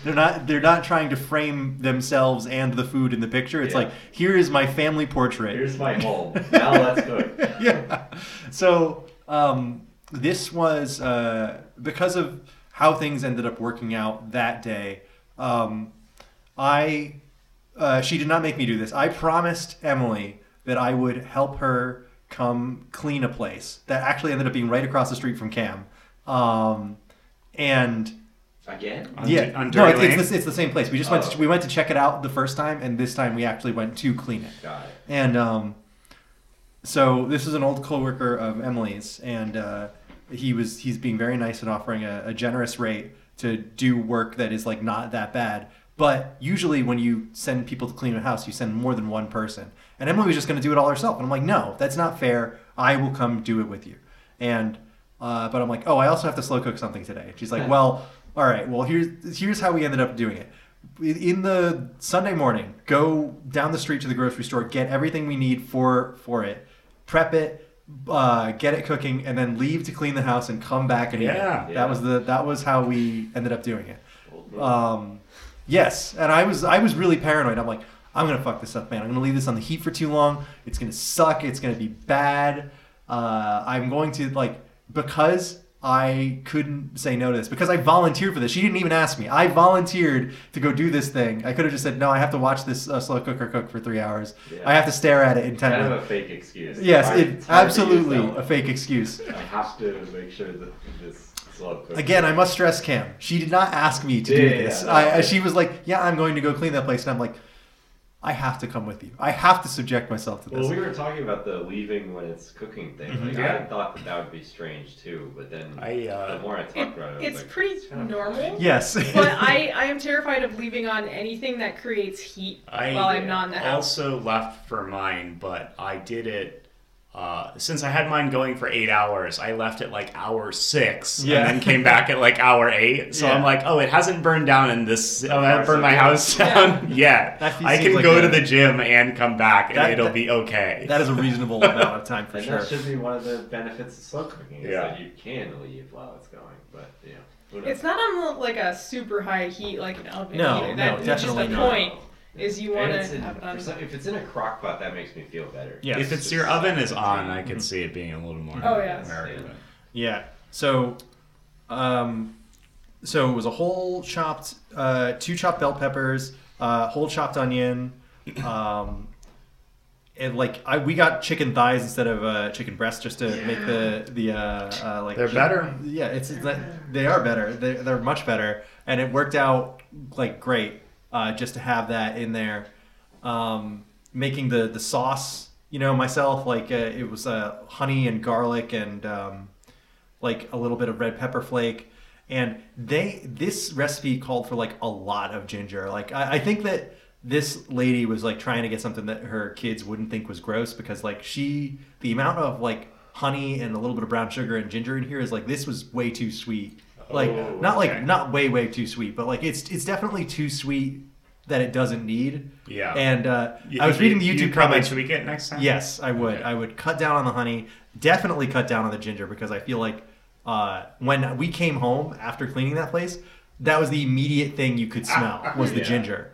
They're not they're not trying to frame themselves and the food in the picture. It's like here is my family portrait.
Here's my home. Now let's cook.
*laughs* yeah. So um, this was uh, because of how things ended up working out that day. Um, I uh, she did not make me do this. I promised Emily that I would help her come clean a place that actually ended up being right across the street from Cam. Um, and
again
yeah,
on
no,
Dirty
it's,
Lane?
it's, the, it's the same place. We just went
Oh.
to, we went to check it out the first time, and this time we actually went to clean it.
Got it.
And um, so this is an old coworker of Emily's, and uh, he was he's being very nice and offering a, a generous rate to do work that is like not that bad. But usually, when you send people to clean a house, you send more than one person. And Emily was just going to do it all herself, and I'm like, no, that's not fair. I will come do it with you. And uh, but I'm like, oh, I also have to slow cook something today. She's like, well, all right, well here's here's how we ended up doing it. In the Sunday morning, go down the street to the grocery store, get everything we need for for it, prep it, uh, get it cooking, and then leave to clean the house and come back and eat it.
Yeah. Yeah.
that was the that was how we ended up doing it. Um, yes, and I was I was really paranoid. I'm like, I'm gonna fuck this up, man. I'm gonna leave this on the heat for too long. It's gonna suck. It's gonna be bad. Uh, I'm going to like because I couldn't say no to this because I volunteered for this. She didn't even ask me. I volunteered to go do this thing. I could have just said no. I have to watch this uh, slow cooker cook for three hours. I have to stare at it in ten
Kind of
minutes.
a fake excuse.
Yes,
I'm
it,
tired to use
absolutely
that one.
a fake excuse.
I have to make sure that this slow cook.
Again, I must stress, Cam. She did not ask me to
Yeah,
do
yeah,
this.
yeah.
I, I- she was like, "Yeah, I'm going to go clean that place," and I'm like, "I have to come with you. I have to subject myself to this."
Well, we were talking about the leaving when it's cooking thing.
Mhm.
Like,
Yeah.
I thought that that would be strange too, but then
uh,
the more I talked about it, I was
It's
like,
pretty normal.
Yes.
but I, I am terrified of leaving on anything that creates heat
I
while I'm not in the house.
also left for mine, but I did it. Uh, since I had mine going for eight hours, I left at like hour six
Yeah.
and then came back at like hour eight. So
Yeah.
I'm like, oh, it hasn't burned down in this. Oh, I haven't
far, so
burned my
good.
house
Yeah.
down
*laughs*
yet.
That
I
seems
can
like
go
a-
to the gym and come back, and
That-
it'll
that-
be okay.
*laughs* that is a reasonable amount of time for
and
sure.
that should be one of the benefits of slow cooking is
Yeah.
that you can leave while it's going. But yeah, who knows?
It's not on like a super high heat like an oven.
No,
either.
no,
That- which is
definitely
the
not.
point. Is you want
And
to
it's in-
have um, it on.
for some- if it's in a crock pot, that makes me feel better.
Yes.
If it's your oven is on, I
Mm-hmm.
could see it being a little more.
Oh, yes.
American.
Yeah. So, um, so it was a whole chopped, uh, two chopped bell peppers, uh, whole chopped onion, um, and like I, we got chicken thighs instead of uh, chicken breasts just to make the the uh, uh, like
They're better.
Yeah, it's, it's like- they are better. They're, they're much better, and it worked out like great uh, just to have that in there. um, making the the sauce. You know, myself like uh, it was uh, honey and garlic and um, like a little bit of red pepper flake. And they this recipe called for like a lot of ginger. Like I, I think that this lady was like trying to get something that her kids wouldn't think was gross because like she the amount of like honey and a little bit of brown sugar and ginger in here is like this was way too sweet. Like
Oh,
not like
okay.
not way way too sweet, but like it's it's definitely too sweet that it doesn't need.
Yeah.
And uh,
You
I was
think you-
reading the
you'd
YouTube
probably
comments.
tweak it next time?
Yes, I would. I would cut down on the honey. Definitely cut down on the ginger because I feel like uh, when we came home after cleaning that place, that was the immediate thing you could
*laughs*
smell was the
Yeah.
ginger.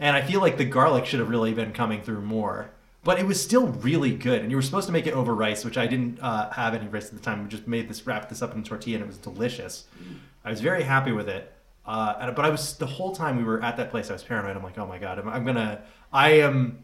And I feel like the garlic should have really been coming through more. But it was still really good. And you were supposed to make it over rice, which I didn't uh, have any rice at the time. We just made this, wrapped this up in tortilla, and it was delicious. I was very happy with it. Uh, and, but I was, the whole time we were at that place, I was paranoid. I'm like, oh my God, I'm, I'm going to, I am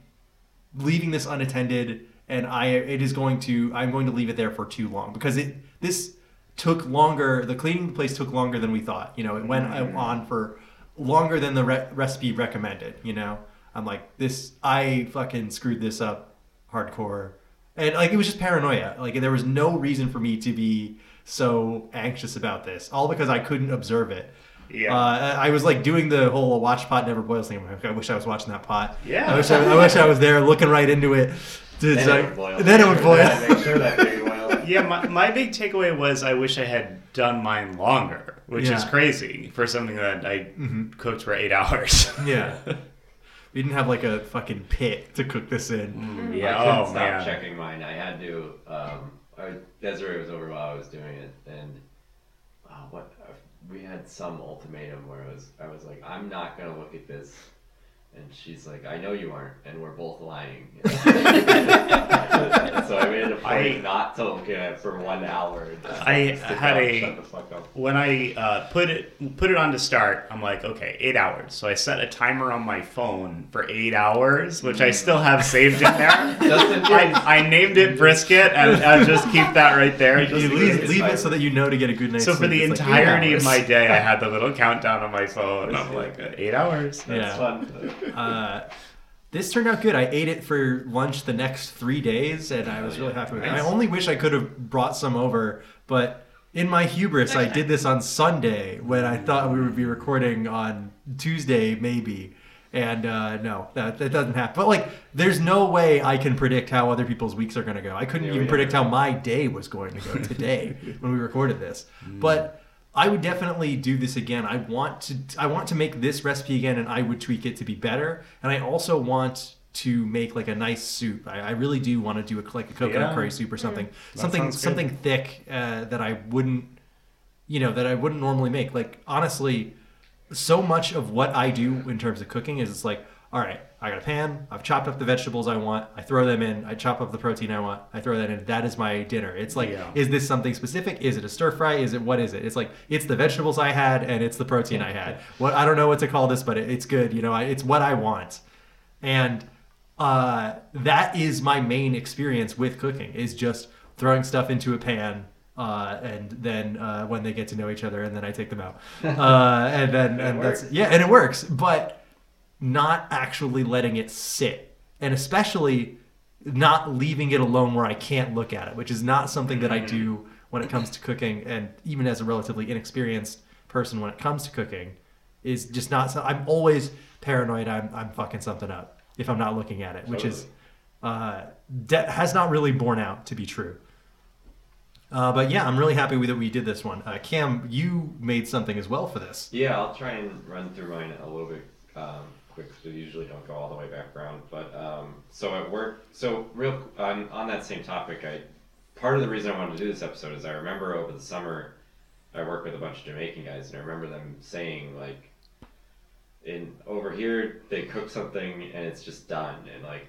leaving this unattended and I, it is going to, I'm going to leave it there for too long because it, this took longer, the cleaning the place took longer than we thought. You know, it went
Mm.
on for longer than the re- recipe recommended. You know, I'm like this. I fucking screwed this up hardcore, and like it was just paranoia. Like there was no reason for me to be so anxious about this, all because I couldn't observe it.
Yeah.
Uh, I I was like doing the whole watch pot never boils thing. I'm like, I wish I was watching that pot.
Yeah.
I wish I, I wish I was there looking right into it. Dude,
Then
so-
it would boil.
Then it would boil.
Make sure that baby boils.
yeah, my, my big takeaway was I wish I had done mine longer, which is
Yeah.
crazy for something that I
Mhm.
cooked for eight *laughs* hours.
*laughs* yeah. We didn't have like a fucking pit to cook this in.
Mm.
I
Oh,
couldn't stop checking mine. I had to. Um, I, Desiree was over while I was doing it, and uh, what uh, we had some ultimatum where I was, I was like, I'm not gonna look at this, and she's like, I know you aren't, and we're both lying. *laughs* so I made it a point
I-
not to look at it for one hour. and just, like,
I
sit down
had
and shut
a
the fuck up.
when I uh, put it put it on to start. I'm like, okay, eight hours. So I set a timer on my phone for eight hours, which I still have saved in there.
*laughs*
Just in case.
*laughs* I, I named it brisket, and I'll just keep that right there. Just
You
in
leave,
case.
leave it so that you know to get a good night's
So for
sleep.
the
It's like eight
entirety of
hours.
*laughs* my day,
*laughs*
I had the little countdown on my phone. I'm like, eight hours.
yeah.
fun.
*laughs* uh, this turned out good. I ate it for lunch the next three days, and I was really happy with it. I
Nice.
only wish I could have brought some over, but in my hubris, I did this on Sunday when I thought we would be recording on Tuesday, maybe. And uh, no, that, that doesn't happen. But like, there's no way I can predict how other people's weeks are going to go. I couldn't
Yeah,
even
we
predict
never
how my day was going to
*laughs*
go today when we recorded this. But I would definitely do this again. I want to I want to make this recipe again and I would tweak it to be better. And I also want to make like a nice soup. I, I really do want to do a like a coconut
Yeah.
curry soup or something.
Mm. That
Something
sounds good.
something thick uh, that I wouldn't you know, that I wouldn't normally make. Like honestly, so much of what I do in terms of cooking is it's like, all right, I got a pan, I've chopped up the vegetables I want, I throw them in, I chop up the protein I want, I throw that in, that is my dinner. It's like,
Yeah.
is this something specific? Is it a stir fry? Is it what is it? It's like, it's the vegetables I had and it's the protein I had. What I don't know what to call this, but it, it's good. You know, I, it's what I want. And uh, that is my main experience with cooking is just throwing stuff into a pan uh, and then uh, when they get to know each other and then I take
*laughs*
them out uh, and then
And it
and that's
works.
yeah and it works but not actually letting it sit and especially not leaving it alone where I can't look at it which is not something that I
Mm-hmm.
do when it comes to cooking and even as a relatively inexperienced person when it comes to cooking is just not so I'm always paranoid I'm, I'm fucking something up if I'm not looking at it which is uh, de- has not really borne out to be true uh, but yeah, I'm really happy with that we did this one. Uh, Cam, you made something as well for this.
Yeah, I'll try and run through mine a little bit um, quick because I usually don't go all the way back around. But um, so at work, so real on on that same topic, I part of the reason I wanted to do this episode is I remember over the summer I worked with a bunch of Jamaican guys, and I remember them saying like, in over here they cook something and it's just done, and like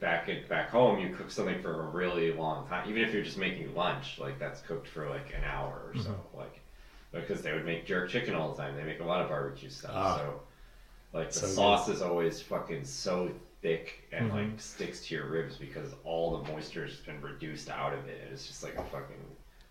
back at back home you cook something for a really long time, even if you're just making lunch, like that's cooked for like an hour or so,
Mm-hmm.
like because they would make jerk chicken all the time. They make a lot of barbecue stuff,
Ah.
so like the
So good.
sauce is always fucking so thick and
Mhm.
like sticks to your ribs because all the moisture has been reduced out of it. It's just like a fucking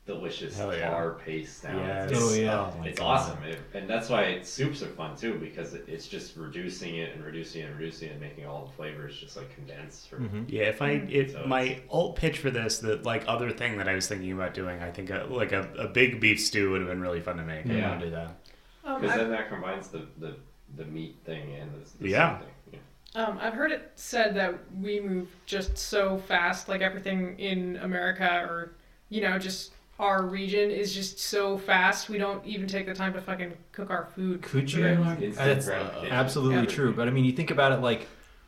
delicious
Hell yeah.
tar paste sounds.
Yes.
It's,
Oh, yeah.
oh, it's
Oh my God.
awesome, It- and that's why soups are fun too because it, it's just reducing it and reducing it and reducing it, and making all the flavors just like condense. For,
Mm-hmm.
Yeah, if I if
Mm-hmm. So
my alt pitch for this, the like other thing that I was thinking about doing, I think a, like a, a big beef stew would have been really fun to make. I
Yeah.
want to do that.
Um,
Because
I-
then that combines the, the, the meat thing and the, the
Yeah.
soup thing.
Um, I've heard it said that we move just so fast, like everything in America or, you know, just our region is just so fast. We don't even take the time to fucking cook our food.
Could you? That's absolutely
Yeah.
true. But I mean, you think about it like,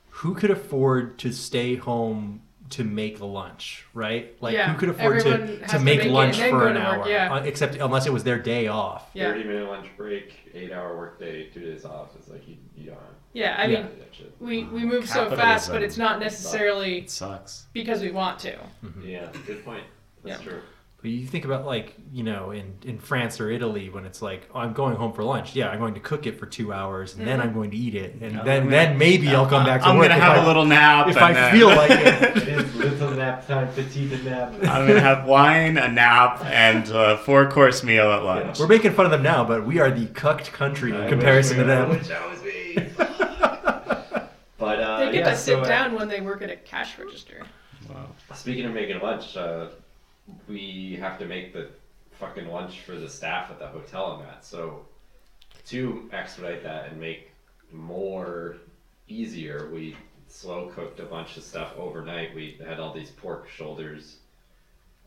who could afford to stay home to make the lunch, right? Like,
Yeah,
who could afford
everyone
to,
has
to
to
make
make it and
lunch
then
for
go
an
to work,
hour?
yeah.
uh, Except unless it was their day off.
Yeah.
30 minute lunch break, 8 hour workday, 2 days off. It's like you, you don't have
Yeah, I
Yeah.
mean, we, we move so fast,
Capitalism.
but it's not necessarily
It sucks.
because we want to.
Mm-hmm.
Yeah, good point. That's true.
But you think about like you know in in France or Italy when it's like oh, I'm going home for lunch. Yeah, I'm going to cook it for two hours and then
Mhm.
I'm going to eat it and
Yeah.
then then maybe I'll come back to
I'm
work.
gonna
if
have
I-
a little nap
if
and
I
then-
feel like it. *laughs*
It's little nap time, petite nap.
*laughs* I'm gonna have wine, a nap, and a four course meal at lunch.
We're making fun of them now, but we are the cucked country in
I
comparison to
wish we
them.
were.
*laughs*
But uh,
they get
yeah,
to sit
so, uh,
down when they work at a cash register.
Speaking of making lunch, uh, we have to make the fucking lunch for the staff at the hotel and that. So to expedite that and make more easier, we slow cooked a bunch of stuff overnight. We had all these pork shoulders,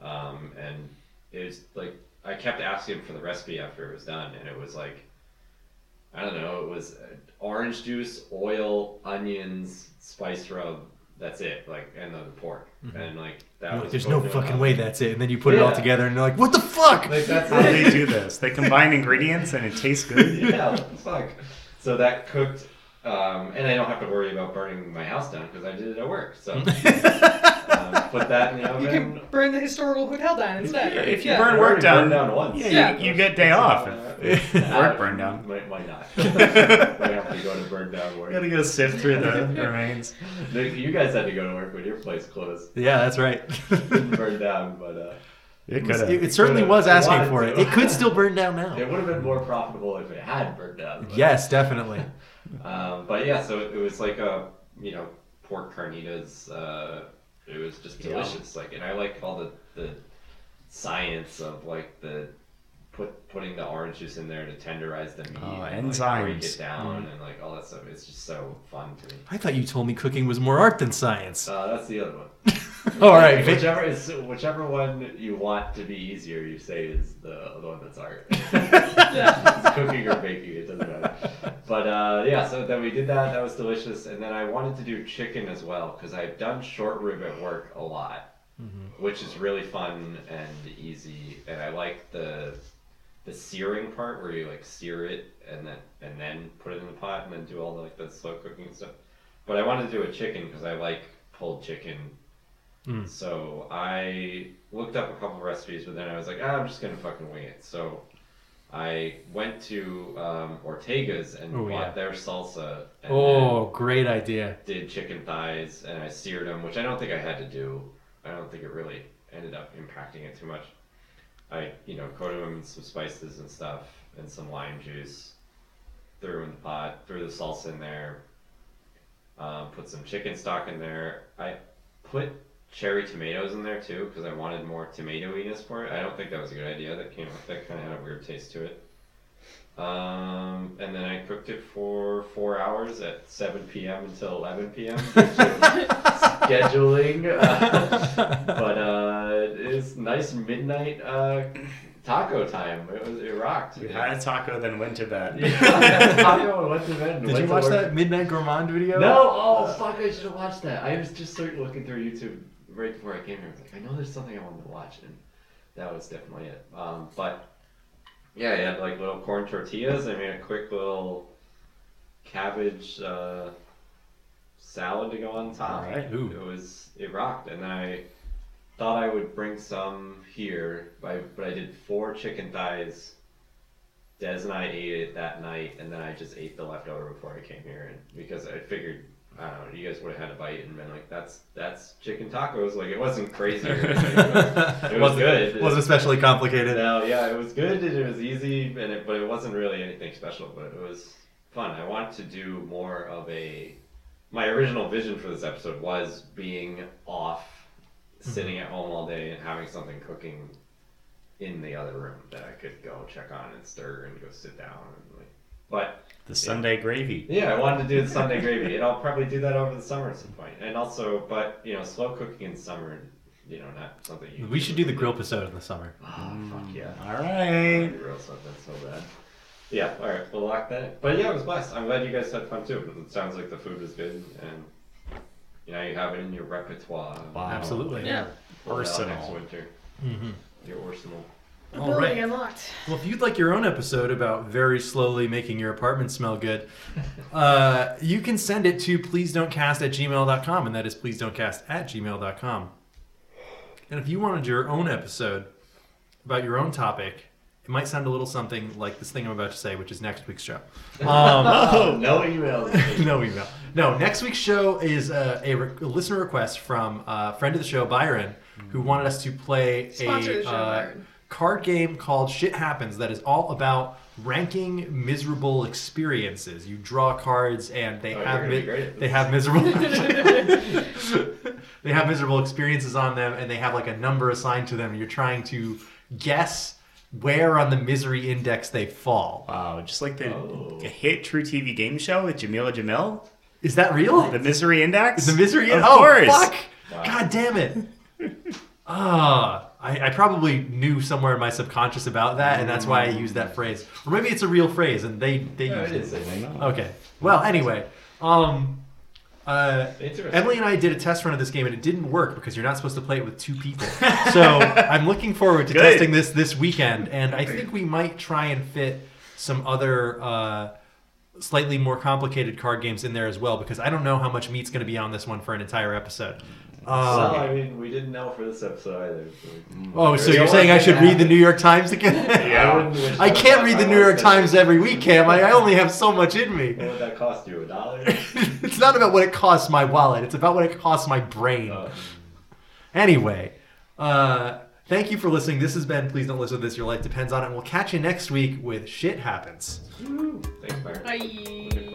um, and it was like I kept asking him for the recipe after it was done, and it was like I don't know. It was uh, orange juice, oil, onions, spice rub. That's it. Like, and then the pork,
Mhm.
and like that
You're like,
was.
There's no
oatmeal
fucking
on
way that's it. And then you put it all
Yeah.
together and you're like, what the fuck?
Like, that's
How do they do this? They combine ingredients and it tastes
*laughs*
good.
*laughs* yeah, fuck. So that cooked, um, and I don't have to worry about burning my house down because I did it at work.
*laughs*
So um, put that in the oven.
You can burn the historical hotel down instead.
If you
Yeah.
burn work
already
down,
burned down once.
Yeah,
Yeah.
You, you get day off. If, if
Uh,
work burned down.
*laughs* Might, might
*laughs*
not. might have to go to burn down work.
Gotta go sift
*laughs*
through the remains.
Nick, You guys had to go to work when your place closed.
Yeah, that's
*laughs*
right.
Didn't burn down, but uh,
It
could've. It- it certainly was asking for it. It could still burn down now.
It would have been more profitable if it had burned down. but-
Yes, definitely.
Um, but yeah, so it was like a you know pork carnitas. Uh, it was just
Yeah.
delicious. Like, and I like all the the science of like the put putting the orange juice in there to tenderize the meat,
Oh,
and, like, break
enzymes.
it down,
Mm.
and like all that stuff. It's just so fun to me.
I thought you told me cooking was more art than
*laughs*
science.
Uh, that's the other one.
All right, Vic.
Whichever is whichever one you want to be easier, you say is the, the one that's art. It's cooking or baking, it doesn't matter. But uh, yeah, so then we did that. That was delicious. And then I wanted to do chicken as well because I've done short rib at work a lot, which is really fun and easy. And I like the the searing part where you like sear it and then and then put it in the pot and then do all the like the slow cooking and stuff. But I wanted to do a chicken because I like pulled chicken.
Hmm.
Mm.
So I looked up a couple recipes, but then I was like, ah, I'm just gonna fucking wing it. So I went to um, Ortega's and
Oh, yeah.
bought their salsa. And
Oh, great idea.
did chicken thighs and I seared them, which I don't think I had to do. I don't think it really ended up impacting it too much. I, you know, coated them in some spices and stuff and some lime juice, threw 'em in the pot, threw the salsa in there, um, put some chicken stock in there. I put cherry tomatoes in there too because I wanted more tomatoiness for it. I don't think that was a good idea that came with that kind of had a weird taste to it. Um, and then I cooked it for four hours at 7 p.m. until 11 p.m. due to
*laughs*
scheduling.
*laughs*
Uh, but uh, it's nice midnight uh, taco time. It was it rocked.
We had a taco, then went to bed.
Yeah, *laughs* taco and went to bed. and
Did
went
you
to
watch
work.
that Midnight Gourmand video?
*laughs*
No, oh fuck! I should have watched that. I was just like looking through YouTube right before I came here. I was like, I know there's something I wanted to watch, and that was definitely it. Um, but yeah, I had like little corn tortillas. I made a quick little cabbage uh, salad to go on top.
Alright, ooh.
It was it rocked, and then I thought I would bring some here, but I, but I did four chicken thighs. Des and I ate it that night, and then I just ate the leftover before I came here, and because I figured I don't know. You guys would have had a bite and been like, "That's that's chicken tacos." Like it wasn't crazy. Or
*laughs*
anything, but it was
Wasn't-
good.
wasn't especially complicated.
No, yeah, it was good. And it was easy, and it, but it wasn't really anything special. But it was fun. I wanted to do more of a. My original vision for this episode was being off, sitting at home all day, and having something cooking in the other room that I could go check on and stir and go sit down and like. But
*laughs* The Sunday gravy.
yeah, I wanted to do the Sunday gravy, and I'll probably do that over the summer at some point. And also, but you know, slow cooking in summer, you know, not something you.
We should do the grill episode in the summer.
Oh, fuck yeah!
All right.
Real stuff that's so bad. Yeah, all right, we'll lock that. in. But yeah, it was blessed. I'm glad you guys had fun too. It sounds like the food was good, and you know, you have it in your repertoire.
Wow. Absolutely.
Yeah.
Pull it out Next
Arsenal.
winter.
Mhm.
Your arsenal.
The
All
building
right.
unlocked.
Well, if you'd like your own episode about very slowly making your apartment smell good, uh, you can send it to please don't cast at gmail.com, and that is please don't cast at gmail.com. And if you wanted your own episode about your own topic, it might sound a little something like this thing I'm about to say, which is next week's
*laughs*
show. Um,
Oh, no *laughs* emails.
*laughs* no email. No, next week's show is uh, a, re- a listener request from a friend of the show, Byron, who wanted us to play
Sponsor
a
the show,
uh,
Byron.
card game called Shit Happens that is all about ranking miserable experiences. You draw cards and they
Oh, you're
have
gonna be
mi-
great at
they
this.
have miserable
*laughs*
*laughs* they have miserable experiences on them and they have like a number assigned to them and you're trying to guess where on the misery index they fall.
Wow, just like the
Oh.
hit True TV game show with Jamila Jamil.
Is that real?
The Misery Index?
The misery
Of
in- oh,
course.
fuck! God damn it. *laughs* Ah, I, I probably knew somewhere in my subconscious about that, and that's why I used that phrase. Or maybe it's a real phrase, and they they
No,
used
it is.
it.
I know.
Okay. Well, anyway, um, uh,
Interesting.
Emily and I did a test run of this game, and it didn't work because you're not supposed to play it with two people. so I'm looking forward to
Good.
testing this this weekend, and I think we might try and fit some other. Uh, slightly more complicated card games in there as well because I don't know how much meat's going to be on this one for an entire episode. Um,
well, I mean, we didn't know for this episode either. so-
Oh, so
There
you're
was
saying I should
that.
read the New York Times again?
Yeah. I wouldn't
*laughs*
wish
I
that
can't
on
read the
my
New York
worst
Times every week, Cam. I, I only have so much in
What
me. *laughs*
would that cost you? A dollar?
It's not about what it costs my wallet. It's about what it costs my brain.
Oh. Uh,
Anyway, uh, thank you for listening. This has been Please Don't Listen to This. Your life depends on it. And we'll catch you next week with Shit Happens.
Woo. Thanks, Byron.
Bye.